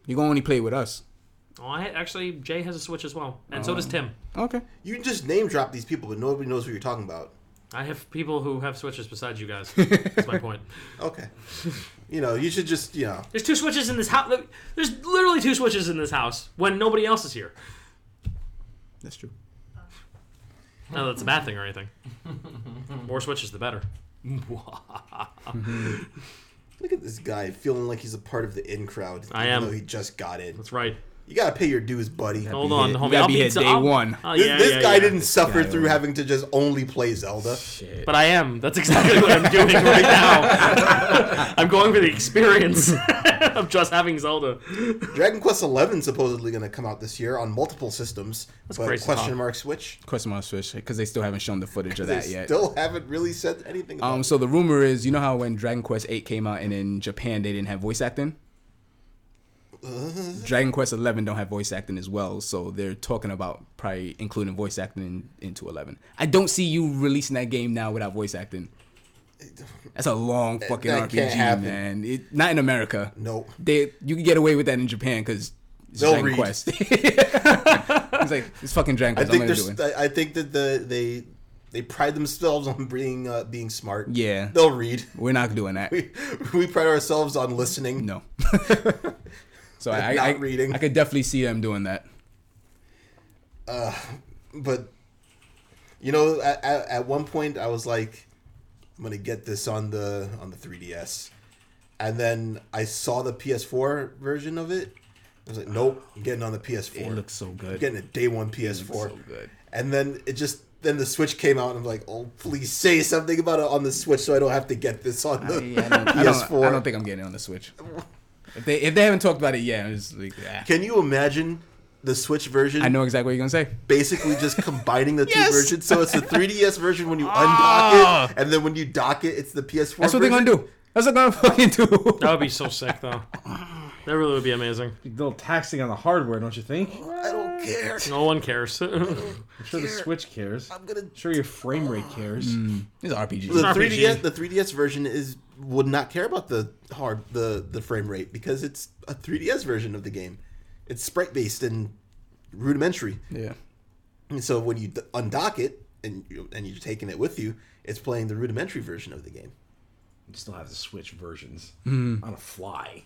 you gonna only play with us. Oh, I actually Jay has a Switch as well, and Oh. so does Tim. Okay. You just name drop these people, but nobody knows who you're talking about. I have people who have Switches besides you guys. That's my point. Okay. you know, you should just you know. There's two Switches in this house. There's literally two Switches in this house when nobody else is here. That's true. Not that it's a bad thing or anything. More Switches, the better. Look at this guy feeling like he's a part of the in crowd. I even am. Though he just got in. That's right. You gotta pay your dues, buddy. Hold be on, hit- homie. you gotta I'll be beat hit so- day I'll- one. Oh, This, yeah, this yeah, guy yeah. didn't suffer guy through over. having to just only play Zelda. Shit. But I am. That's exactly what I'm doing right now. I'm going for the experience of just having Zelda. Dragon Quest XI supposedly going to come out this year on multiple systems, but crazy question talk. mark Switch. Of course, I'm on Switch because they still haven't shown the footage of They that yet. still haven't really said anything. About Um, it. so the rumor is, you know how when Dragon Quest VIII came out and in Japan they didn't have voice acting. Uh-huh. Dragon Quest Eleven don't have voice acting as well, so they're talking about probably including voice acting in, into Eleven. I don't see you releasing that game now without voice acting. That's a long fucking that can't RPG, happen. man. It, not in America. Nope. They you can get away with that in Japan because it's They'll Dragon read. Quest. it's like it's fucking Dragon I Quest. think I'm gonna do there's. it. I I think that the they they pride themselves on being uh, being smart. Yeah, They'll read. we're not doing that. we pride ourselves on listening. No. so I, Not I, reading. I could definitely see them doing that. but you know at, at, at one point i was like i'm gonna get this on the on the 3ds and then i saw the ps4 version of it i was like nope i'm getting on the ps4 It looks so good. I'm getting a day one ps4 so good. and then it just then the switch came out and i'm like oh please say something about it on the switch so i don't have to get this on the I, don't, I, don't, PS4. I don't think I'm getting it on the Switch. If they if they haven't talked about it yet, I'm just like, ah. can you imagine the switch version I know exactly what you're gonna say. basically just combining the Yes. Ah. two versions. So it's the 3DS version when you undock it, and then when you dock it, it's the PS4. That's what they're version. gonna do. That's what they're gonna fucking do. That would be so sick, though. That really would be amazing. A little taxing on the hardware, don't you think? I don't care. No one cares. I'm sure the Switch cares. I'm gonna. sure your frame Oh. rate cares. These are The RPGs. RPG. 3DS, the 3DS version is would not care about the hard the the frame rate because it's a 3DS version of the game. It's sprite based and rudimentary. Yeah. And so when you d- undock it and you, and you're taking it with you, it's playing the rudimentary version of the game. You still have the Switch versions Mm. on a fly.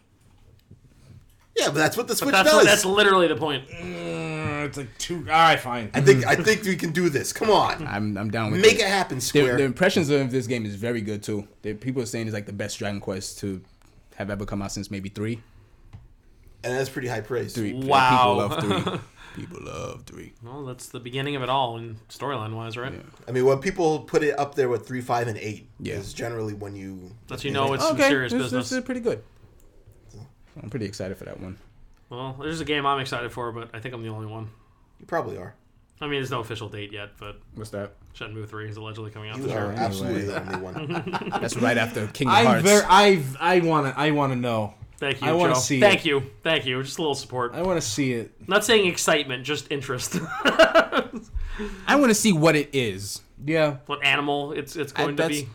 Yeah, but that's what the Switch That's, does. that's literally the point. Mm. Uh, it's like two. All right, fine. I think I think we can do this. Come on, I'm I'm down with make it. it happen, The, Square. the impressions of this game is very good too. The, people are saying it's like the best Dragon Quest to have ever come out since maybe three. and that's pretty high praise. Three. Wow. People love three. people love three. Well, that's the beginning of it all, in storyline wise, right? I mean, when people put it up there with three, five, and eight, Yeah. is generally when you That you know it's some Okay. serious this, business. this is pretty good. I'm pretty excited for that one. Well, there's a game I'm excited for, but I think I'm the only one. you probably are. I mean, there's no official date yet, but What's that? Shenmue 3 is allegedly coming out You this are year. absolutely the only one. That's right after Kingdom I Hearts. ver- I I want to I want to know. Thank you, I wanna Joe. see Thank it. you. Thank you. Just a little support. I want to see it. Not saying excitement, just interest. I want to see what it is Yeah. what animal it's it's I- going to that's- be.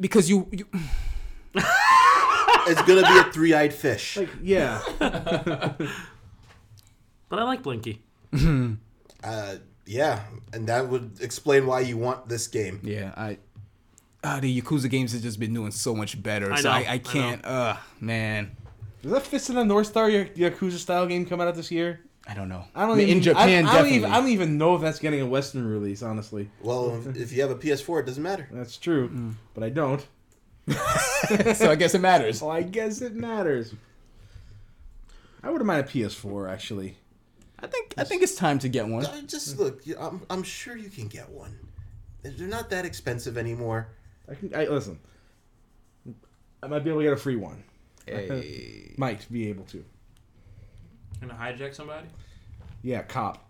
because you, you it's gonna be a three-eyed fish. Like yeah. But I like Blinky. Uh, yeah, and that would explain why you want this game. yeah I uh, the Yakuza games have just been doing so much better. I so know, I, I I can't. uh, man, Does that Fist in the North Star Yak- Yakuza style game come out this year? I don't know. I don't mean, even in Japan. I, I definitely. Don't even, I don't even know if that's getting a Western release. Honestly, Well, if- if you have a PS4, it doesn't matter. that's true, but I don't. so Mm. I guess it matters. So I guess it matters. I wouldn't mind a PS4 actually. I think I think it's time to get one. Uh, Just look, you- I'm, I'm sure you can get one. They're not that expensive anymore. I can. I listen. I might be able to get a free one. Hey. Might be able to. Gonna hijack somebody? Yeah, cop.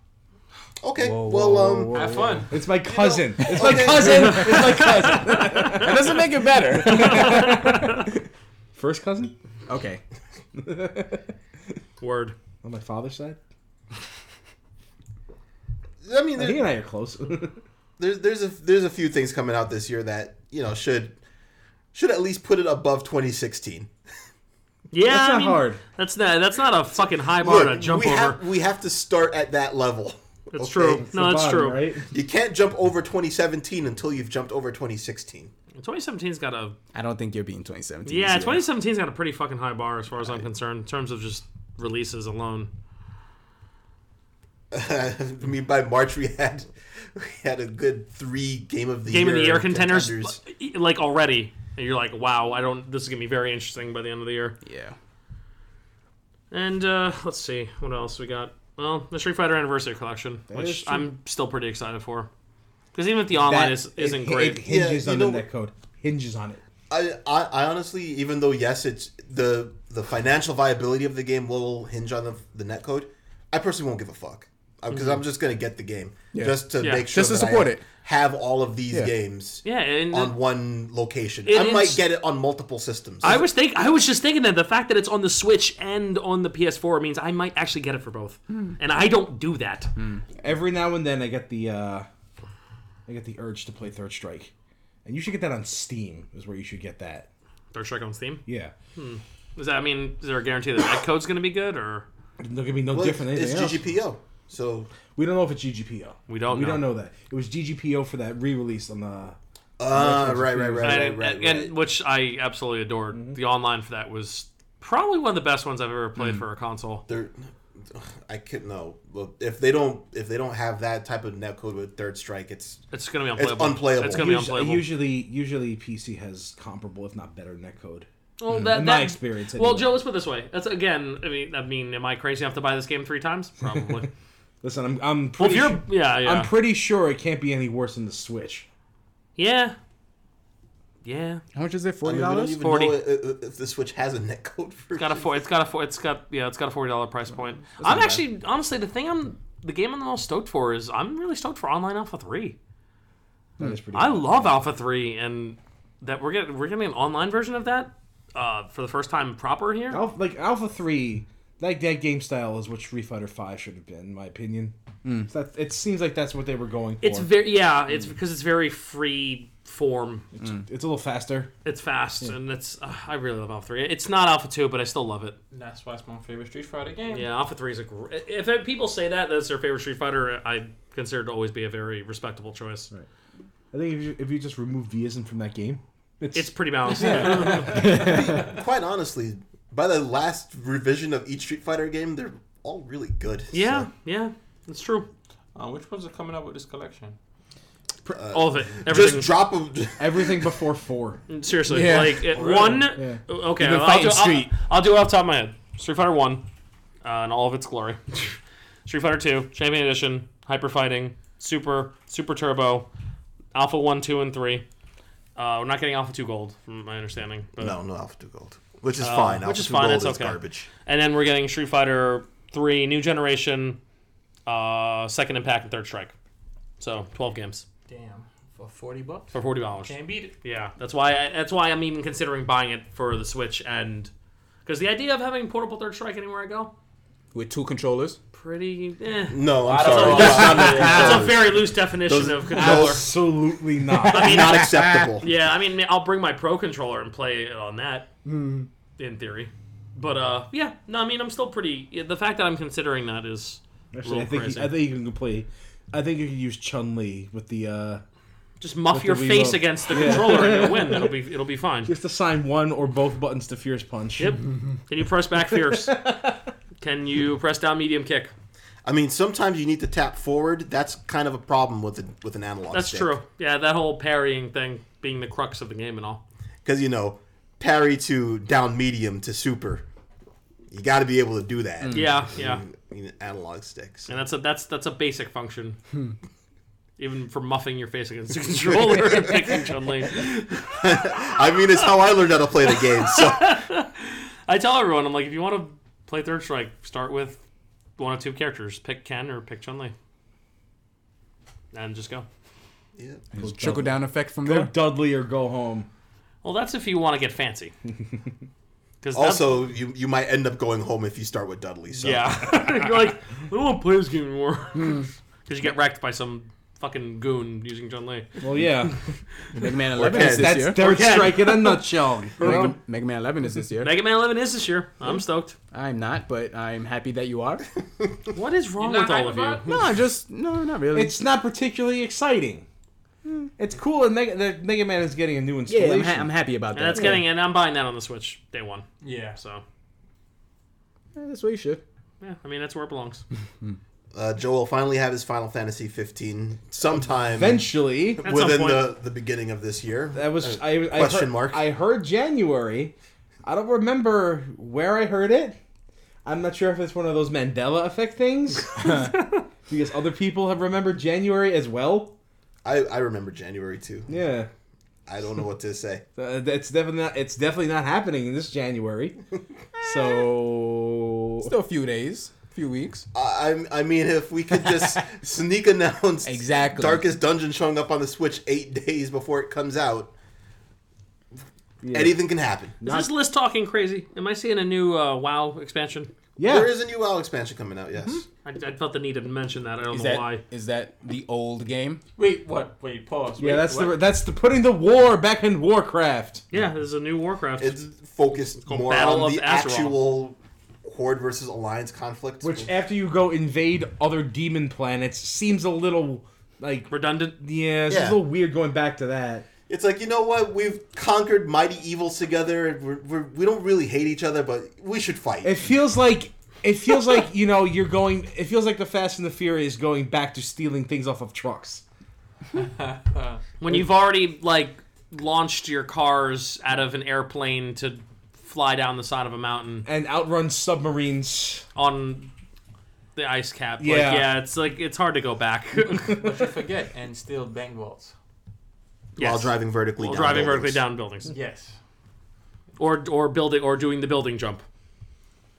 Okay, Whoa, well, whoa, um, whoa, Have fun. It's my cousin. it's my okay. cousin, it's my cousin. That doesn't make it better. first cousin okay. Word. on my father's side. I mean, I think he there, and I are close. That's there's there's a there's a few things coming out this year that you know should should at least put it above 2016. Yeah, I not mean, hard. That's not that's not a fucking high bar to Look, Oh, jump we over. Have, we have to start at that level. that's okay? true. The No, that's bottom, true. Right? You can't jump over 2017 until you've jumped over 2016. 2017's got a I don't think you're being 2017. yeah, this year. 2017's got a pretty fucking high bar as far as I'm concerned in terms of just releases alone. I mean, by March we had we had a good three game of the Game year of the Year contenders, li- like already, and you're like, wow, I don't. This is gonna be very interesting by the end of the year. Yeah. And uh, let's see what else we got. Well, the Street Fighter Anniversary Collection, is which true. I'm still pretty excited for, because even if the online is is isn't it, great, It hinges Yeah, on you the know- net code. Hinges on it. I, I, I honestly, even though yes, it's the the financial viability of the game will hinge on the, the net code. I personally won't give a fuck because I'm just gonna get the game Yeah. just to Yeah. make sure Just to that I support it. Have all of these Yeah. games yeah, and on one location. It I might is- get it on multiple systems. I was think I was just thinking that the fact that it's on the Switch and on the PS4 means I might actually get it for both, and I don't do that. Hmm. Every now and then, I get the uh, I get the urge to play Third Strike, and you should get that on Steam. Is where you should get that. Third Strike on Steam. Yeah, Does that mean is there a guarantee that that code's gonna be good or Look at me, no Well, different than it's anything else. GGPO. So We don't know if it's GGPO. We don't We know. don't know that. It was GGPO for that re-release on the. uh, right, right, right, right, and, right. Mm-hmm. and- and- which I absolutely adored. The online for that was probably one of the best ones I've ever Hmm. played for a console. They're- I could no. Well, If they don't, if they don't have that type of netcode with Third Strike, it's It's gonna be unplayable. unplayable. It's gonna be Us- unplayable. Usually, usually PC has comparable, if not better, netcode. well, that, Mm, In my experience, Well, anyway. Joe, let's put it this way. That's again. I mean, I mean, am I crazy enough to buy this game three times? Probably. Listen, I'm I'm well, if pretty you're, su- yeah, yeah, I'm pretty sure it can't be any worse than the Switch. yeah, yeah. How much is it? I Forty mean, we don't dollars. even 40. know i- i- if the Switch has a netcode for Got a four. It's got a four. It's got yeah. It's got a forty dollar price point. I'm actually honestly the thing I'm the game I'm the most stoked for is I'm really stoked for Online Alpha Three. That is pretty. Hmm. I good. love Alpha Three and that we're getting we're getting an online version of that uh, for the first time proper here. Alpha, like Alpha Three, like that game style is what Street Fighter Five should have been, in my opinion. So that, it seems like that's what they were going for. It's very yeah. It's because it's very free form. It's a little faster. It's fast and it's uh, I really love Alpha Three. It's not Alpha Two, but I still love it. That's why it's my favorite Street Fighter game. Yeah, Alpha Three is a. Gr- if people say that that's their favorite Street Fighter, I consider it to always be a very respectable choice. I think if you, if you just remove Deism from that game, it's, It's pretty balanced. Quite honestly, by the last revision of each Street Fighter game, they're all really good. Yeah, So, yeah, it's true. Uh, which ones are coming out with this collection? All of it. Everything. just drop them. everything before four. seriously, Yeah. like it, one. Yeah. Okay, You've been I'll, fighting do, Street. I'll, I'll do it off the top of my head. Street Fighter One, uh, in all of its glory. Street Fighter Two, Champion Edition, Hyper Fighting, Super, Super Turbo, Alpha One, Two, and Three. Uh, we're not getting Alpha Two Gold, from my understanding. But, no, no Alpha Two Gold, which is fine. Oh. which Alpha is 2 fine, Gold it's is okay. garbage. And then we're getting Street Fighter Three, New Generation, uh, Second Impact, and Third Strike. So twelve games Damn, for forty bucks. for forty dollars. Can't beat it. Yeah, that's why I, that's why I'm even considering buying it for the Switch and because the idea of having portable Third Strike anywhere I go, With two controllers. pretty. Eh. No, I'm I don't sorry. know. That's not a That's a controller. very loose definition Those- of controller. those- Absolutely not. not acceptable. Yeah, I mean, I'll bring my Pro controller and play it on that in theory. But uh, yeah, no, I mean, I'm still pretty. yeah, The fact that I'm considering that is a Actually, I little think crazy. I think you can play. I think you can use Chun Li with the uh, Just muff With your the face reload. against the controller and you'll win. It'll be it'll be fine. Just assign one or both buttons to Fierce Punch. Yep. Can you press back fierce? Can you press down medium kick? I mean, sometimes you need to tap forward. That's kind of a problem with a, with an analog. That's true. Yeah, that whole parrying thing being the crux of the game and all. because you know parry to down medium to super. You got to be able to do that. Yeah, Mm. yeah. In, in analog sticks. And that's a that's that's a basic function. Even for muffing your face against the controller and picking Chun Li. I mean, it's how I learned how to play the game. So I tell everyone, I'm like, if you want to play Third Strike, start with one of two characters. Pick Ken or pick Chun Li. And just go. yeah. Trickle down effect from Go there. Dudley or go home. Well, that's if you want to get fancy. Because also you you might end up going home if you start with Dudley. So Yeah. You're like, I don't want to play this game anymore. Because you get wrecked by some fucking goon using John Lee. Well, yeah. Mega Man 11 Ken. is this That's year. Third Strike in a nutshell. Mega, Mega Man 11 is this year. Mega Man 11 is this year. I'm stoked. I'm not, but I'm happy that you are. What is wrong You're with not all of hyped you? about No, I'm just no, not really. It's not particularly exciting. It's cool and Neg- that Mega Man is getting a new yeah, installation. I'm, ha- I'm happy about that. And that's getting and I'm buying that on the Switch day one. Yeah. So, Yeah, that's what you should. yeah, I mean, that's where it belongs. uh, Joe will finally have his Final Fantasy 15 sometime Eventually, At some within point. the, the beginning of this year. that was I, I Uh, question heard, mark. I heard January. I don't remember where I heard it. I'm not sure if it's one of those Mandela effect things because other people have remembered January as well. I, I remember January too. Yeah, I don't know what to say. Uh, it's definitely not, it's definitely not happening in this January. so Still a few days, few weeks. I, I I mean, if we could just sneak announce Exactly. Darkest Dungeon showing up on the Switch eight days before it comes out, yeah. anything can happen. Is this list talking crazy? Am I seeing a new uh, WoW expansion? yeah, Mm-hmm. There is a new WoW expansion coming out, yes. I, I felt the need to mention that. I don't Is know that is why. that the old game? Wait, what? Wait, pause. yeah. Wait, That's what? the that's the putting the war back in Warcraft. Yeah, there's a new Warcraft. It's focused called more Battle on of the Azeroth. actual Horde versus Alliance conflict. Which, after you go invade other demon planets, seems a little like redundant. yeah, it's Yeah. a little weird going back to that. It's like you know what? We've conquered mighty evils together. and We're, we're, we don't really hate each other, but we should fight. It feels like it feels like you know you're going. It feels like the Fast and the Furious going back to stealing things off of trucks. Mm. When you've already like launched your cars out of an airplane to fly down the side of a mountain And outrun submarines. on the ice cap. Yeah, Yeah. like, yeah. It's like it's hard to go back. But you forget and still bang walls. While Yes. driving vertically, While down driving buildings. vertically down buildings, Yes. or or building or doing the building jump.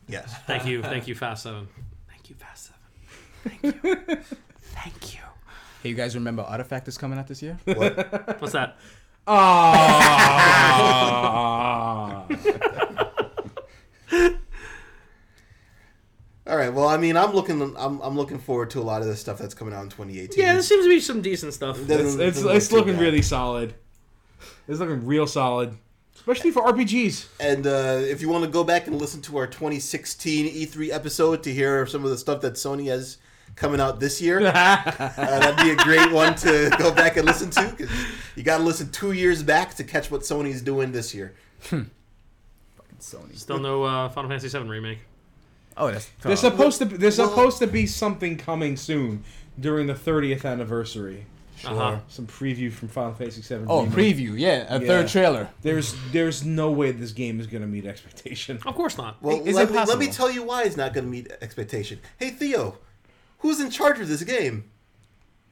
Yes, Thank you, thank you, Fast Seven. Thank you, Fast Seven. Thank you, thank you. Hey, you guys remember Artifact is coming out this year? What? What's that? Ah. All right. Well, I mean, I'm looking. I'm, I'm looking forward to a lot of the stuff that's coming out in 2018. Yeah, there seems to be some decent stuff. Doesn't- it's it's, doesn't look it's too looking bad. really solid. It's looking real solid, especially for RPGs. And uh, if you want to go back and listen to our 2016 E3 episode to hear some of the stuff that Sony has coming out this year, uh, that'd be a great one to go back and listen to because you got to listen two years back to catch what Sony's doing this year. Sony. Still no uh, Final Fantasy Seven remake. Oh, that's There's supposed to be, there's well- supposed to be something coming soon during the 30th anniversary. Uh-huh. Some preview from Final Fantasy VII. oh remake. preview. Yeah, a Yeah. third trailer. There's there's no way this game is gonna meet expectation. Of course not. Well, Is let, it me, let me possible? tell you why it's not going to meet expectation. Hey, Theo, who's in charge of this game?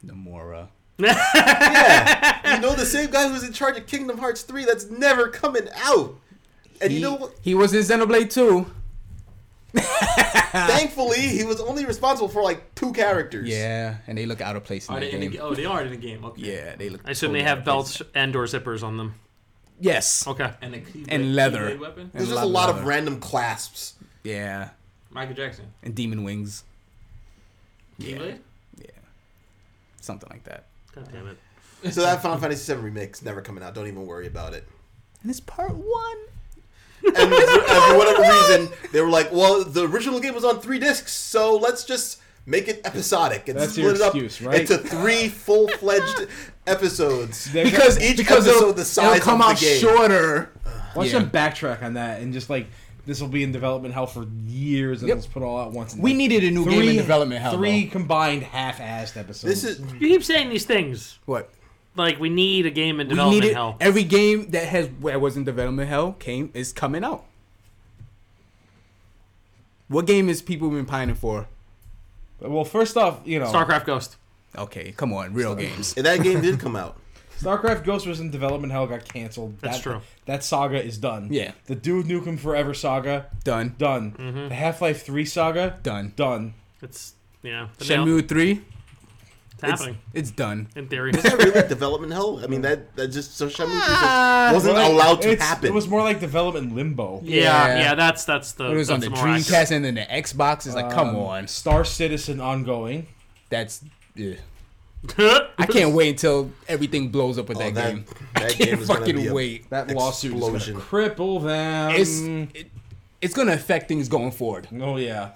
Nomura. Yeah, you know the same guy who's in charge of Kingdom Hearts 3 that's never coming out. And you know what? He was in Xenoblade 2. uh, Thankfully, he was only responsible for like two characters. Yeah, and they look out of place in Are that they in the, game. ga- oh, they are in the game. Okay. yeah, they look. I assume totally they out have of place. belts and or zippers on them. Yes. Okay. And the keyblade, And leather. keyblade weapon. And There's just a lot of random clasps. Yeah, Michael Jackson. and demon wings, Keyblade. something like that. God damn it. So that Final Fantasy VII remake's never coming out. Don't even worry about it. And it's part one. And for, and for whatever reason, they were like, "Well, the original game was on three discs, so let's just make it episodic and That's split your it up excuse, right? into three full-fledged episodes. They're because Each because episode it'll, the size it'll come of the out game. shorter. Watch Yeah. them backtrack on that and just like this will be in development hell for years and Yep. let's put it all out once. and, We like, needed a new game in development hell. Three though. combined half-assed episodes. This is You keep saying these things. what Like we need a game in we development needed. hell. Every game that has that was in development hell came is coming out. What game is people been pining for? well, first off, you know, StarCraft Ghost. Okay, come on, real games. and that game did come out. StarCraft Ghost was in development hell got canceled. That's that, true. That saga is done. Yeah. The Dude Nukem Forever saga Done. done. Mm-hmm. The Half Life Three saga Done. done. It's you know the nail. Shenmue three. It's It's, happening it's done. in theory. Was that really development hell? I mean, that that just so Shamu Ah, wasn't Well, like, allowed to it's- happen. It was more like development limbo. yeah, Yeah. yeah, that's that's the. It was on that's the more accurate. Dreamcast and then the Xbox. It's like, come Um, on, Star Citizen ongoing. that's. ugh. I can't wait until everything blows up with Oh, that, that- game. that I game can't is gonna be fucking a- wait. That Um, lawsuit is gonna Explosion. cripple them. It's it, it's gonna affect things going forward. oh yeah.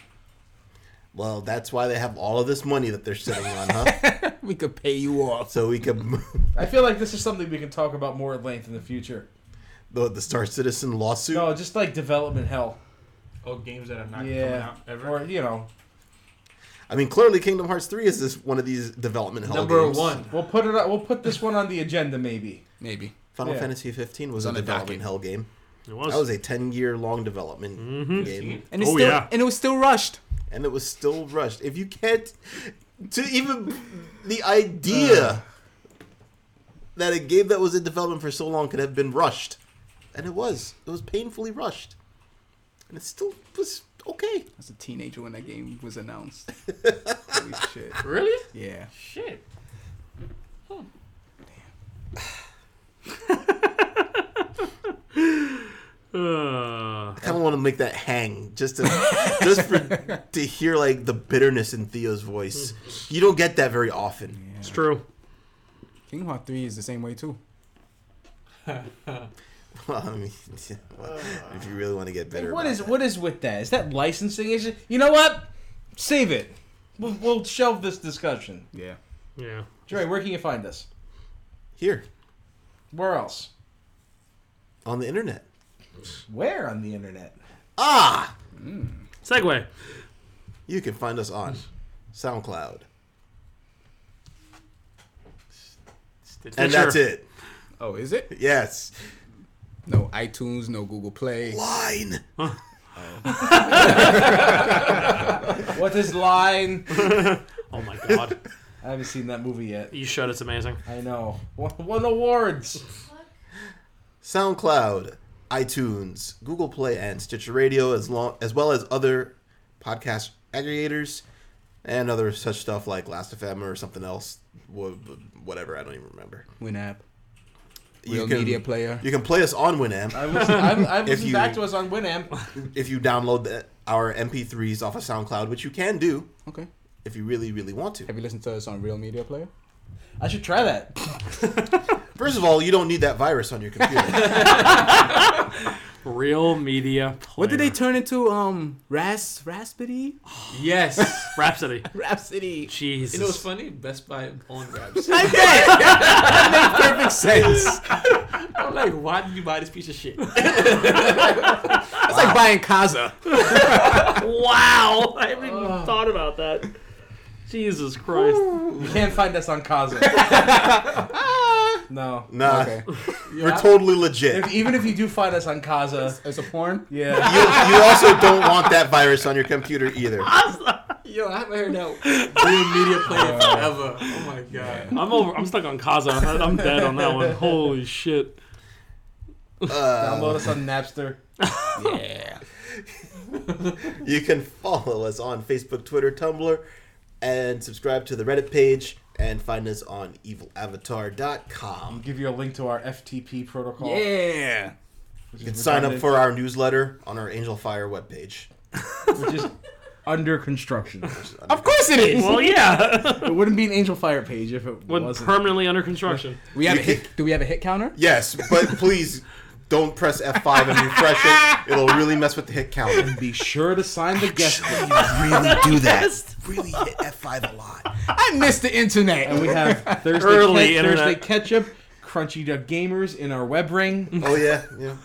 well, that's why they have all of this money that they're sitting on, huh? We could pay you off. so we can I feel like this is something we can talk about more at length in the future. the, the Star Citizen lawsuit. No, just like development hell. Oh, games that are not coming Yeah. out ever. Or you know, I mean, clearly, Kingdom Hearts three is this one of these development hell Number games. one. we'll put it. up- We'll put this one on the agenda maybe. Maybe Final Yeah. Fantasy fifteen was a on the development docket. hell game. It was. That was a ten year long development Mm-hmm. game, and it's Oh, still yeah. and it was still rushed. and it was still rushed. If you can't to even the idea Uh. that a game that was in development for so long could have been rushed, and it was, it was painfully rushed, and it still was okay. I was a teenager when that game was announced. Holy shit! Really? Yeah, Shit. Uh, I kind of want to make that hang just to just for to hear like the bitterness in Theo's voice. You don't get that very often. it's true. Kingdom Hearts three is the same way too. Well, I mean, well, if you really want to get bitter, What about is it. what is with that? Is that licensing issue? You know what? Save it. We'll, we'll shelve this discussion. Yeah, Yeah. Dre, where can you find us? here Where else? on the internet? Where on the internet? Ah. Segway. You can find us on SoundCloud. And Stitcher. that's it. Oh, is it? Yes. No iTunes, no Google Play. Line. What is line? Oh my god. I haven't seen that movie yet. you should. It's amazing. I know. Won, won awards. SoundCloud, iTunes, Google Play, and Stitcher Radio, as long as well as other podcast aggregators and other such stuff like Last.fm or something else. wha- Whatever, I don't even remember. Winamp. You Real can- media player. You can play us on Winamp I listen, I'm, I'm listening you- back to us on Winamp. if you download the, our MP3s off of SoundCloud, which you can do Okay. if you really, really want to. Have you listened to us on Real Media Player? I should try that. First of all, you don't need that virus on your computer. Real media. Player. What did they turn into? Um, Ras Raspity, Yes. you Rhapsody. Rhapsody. Jesus. know what's funny? Best Buy own grabs. I did. that made perfect sense. I'm like, why did you buy this piece of shit? It's Ah, like buying Kaza. wow. I haven't even thought about that. Jesus Christ. You can't find us on Kaza. Ah! no. nah, Okay. we're totally legit. If, even if you do find us on Kaza, It's a porn. yeah. you, you also don't want that virus on your computer either. Yo, I haven't heard that real media player forever. Oh my god. I'm over. I'm stuck on Kaza. I- I'm dead on that one. Holy shit. Download Uh, us on Napster. Yeah. you can follow us on Facebook, Twitter, Tumblr, and subscribe to the Reddit page and find us on I'll evilavatar.com. give you a link to our FTP protocol. Yeah. which You can is sign up redundant, for our newsletter on our Angel Fire webpage. which is under construction. Of course it is. Well, yeah. it wouldn't be an Angel Fire page if it when wasn't. permanently under construction. We have a hit. Do we have a hit counter? Yes, but please Don't press F5 and refresh it. It'll really mess with the hit count. Be sure to sign the guest list. Really do that. Really hit F5 a lot. I miss the internet. And we have Thursday, Early Ke- internet. Thursday Ketchup, Crunchy Duck Gamers in our web ring. Oh yeah, yeah.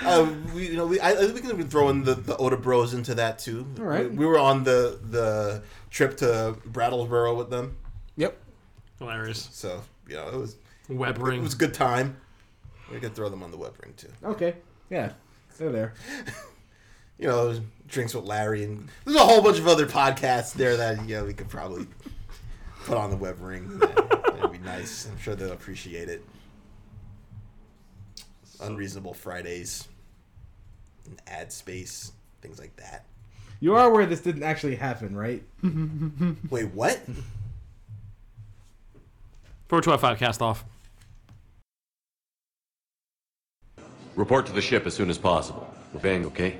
Uh, we you know we I, I- we can even throw in the the Oda Bros into that too. All right. We, we were on the the trip to Brattleboro with them, Yep. Hilarious. so you know it was Web it ring. was a good time. We could throw them on the web ring too. Okay. Yeah. They're there. You know, drinks with Larry and there's a whole bunch of other podcasts there that you know we could probably put on the web ring. That'd be nice. I'm sure they'll appreciate it. Unreasonable Fridays, and ad space, things like that. You are aware this didn't actually happen, right? Wait, what? 4255 cast off. Report to the ship as soon as possible. We're bang, okay?